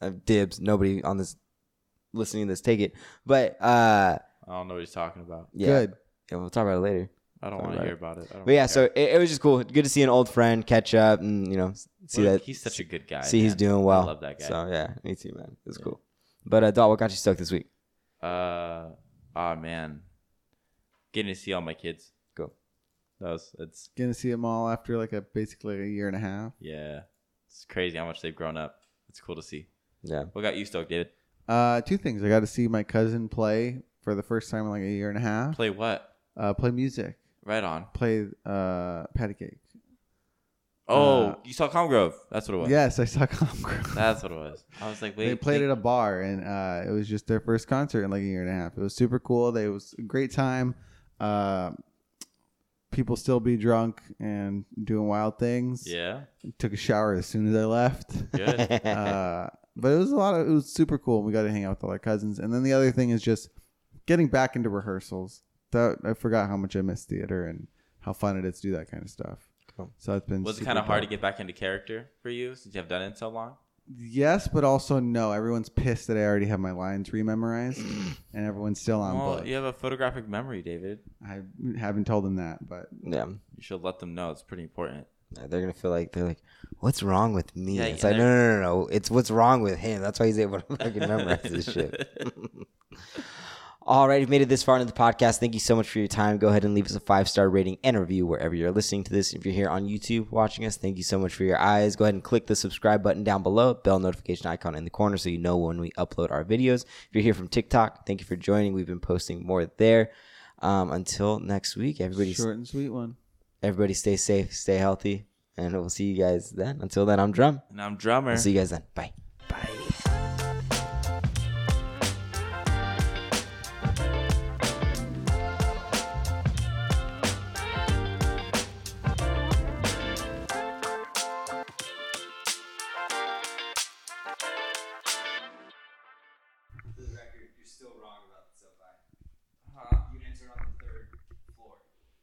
Speaker 1: Uh, Dibs. Nobody on this listening to this take it, but uh,
Speaker 2: I don't know what he's talking about.
Speaker 1: yeah,
Speaker 3: Good.
Speaker 1: Yeah, we'll talk about it later.
Speaker 2: I don't
Speaker 1: Talk
Speaker 2: want to
Speaker 1: about
Speaker 2: hear
Speaker 1: it.
Speaker 2: about it. I don't
Speaker 1: But yeah,
Speaker 2: care.
Speaker 1: so it, it was just cool. Good to see an old friend catch up, and you know, s- see
Speaker 2: Look,
Speaker 1: that
Speaker 2: he's such a good guy.
Speaker 1: see he's
Speaker 2: man.
Speaker 1: doing well.
Speaker 2: I love that guy.
Speaker 1: So yeah, me too, man. It's cool. But uh, Dot, what got you stuck this week?
Speaker 2: Uh, oh man, getting to see all my kids.
Speaker 1: Cool.
Speaker 2: That was it's
Speaker 3: Gonna see them all after like a basically a year and a half.
Speaker 2: yeah, it's crazy how much they've grown up. It's cool to see.
Speaker 1: Yeah.
Speaker 2: What got you stoked, David?
Speaker 3: Uh, two things. I got to see my cousin play for the first time in like a year and a half.
Speaker 2: Play what?
Speaker 3: Uh, play music.
Speaker 2: Right on.
Speaker 3: Play uh, patty cake.
Speaker 2: Oh,
Speaker 3: Uh,
Speaker 2: you saw Calm Grove. That's what it was.
Speaker 3: Yes, I saw Calm Grove.
Speaker 2: that's what it was. I was like, wait,
Speaker 3: they played
Speaker 2: they-
Speaker 3: at a bar and uh, it was just their first concert in like a year and a half it was super cool they it was a great time uh, people still be drunk and doing wild things
Speaker 2: Yeah,
Speaker 3: took a shower as soon as i left
Speaker 2: good.
Speaker 3: uh, but it was a lot of it was super cool we got to hang out with all our cousins and then the other thing is just getting back into rehearsals that i forgot how much i missed theater and how fun it is to do that kind of stuff
Speaker 1: Cool.
Speaker 3: so it's been
Speaker 2: was it
Speaker 3: super
Speaker 2: kind of hard to
Speaker 3: dope.
Speaker 2: get back into character for you since you have done it so long?
Speaker 3: Yes, but also no. Everyone's pissed that I already have my lines rememorized, and everyone's still
Speaker 1: Um,
Speaker 3: on
Speaker 2: well,
Speaker 3: book.
Speaker 2: you have a photographic memory, David.
Speaker 3: I haven't told them that, but
Speaker 1: Yeah.
Speaker 2: You should let them know. It's pretty important.
Speaker 1: Uh, They're gonna feel like they're like, "What's wrong with me?"
Speaker 2: Yeah,
Speaker 1: it's
Speaker 2: yeah,
Speaker 1: like, no, no,
Speaker 2: they're-
Speaker 1: no, no. It's what's wrong with him. That's why he's able to fucking memorize this shit. All right, you've made it this far into the podcast. Thank you so much for your time. Go ahead and leave us a five star rating and a review wherever you're listening to this. If you're here on YouTube watching us, thank you so much for your eyes. Go ahead and click the subscribe button down below, bell notification icon in the corner so you know when we upload our videos. If you're here from TikTok, thank you for joining. We've been posting more there. Um, until next week, everybody
Speaker 3: short and sweet one.
Speaker 1: everybody stay safe, stay healthy, and we'll see you guys then. Until then, I'm Drum.
Speaker 2: And I'm drummer.
Speaker 1: I'll see you guys then. Bye. Bye.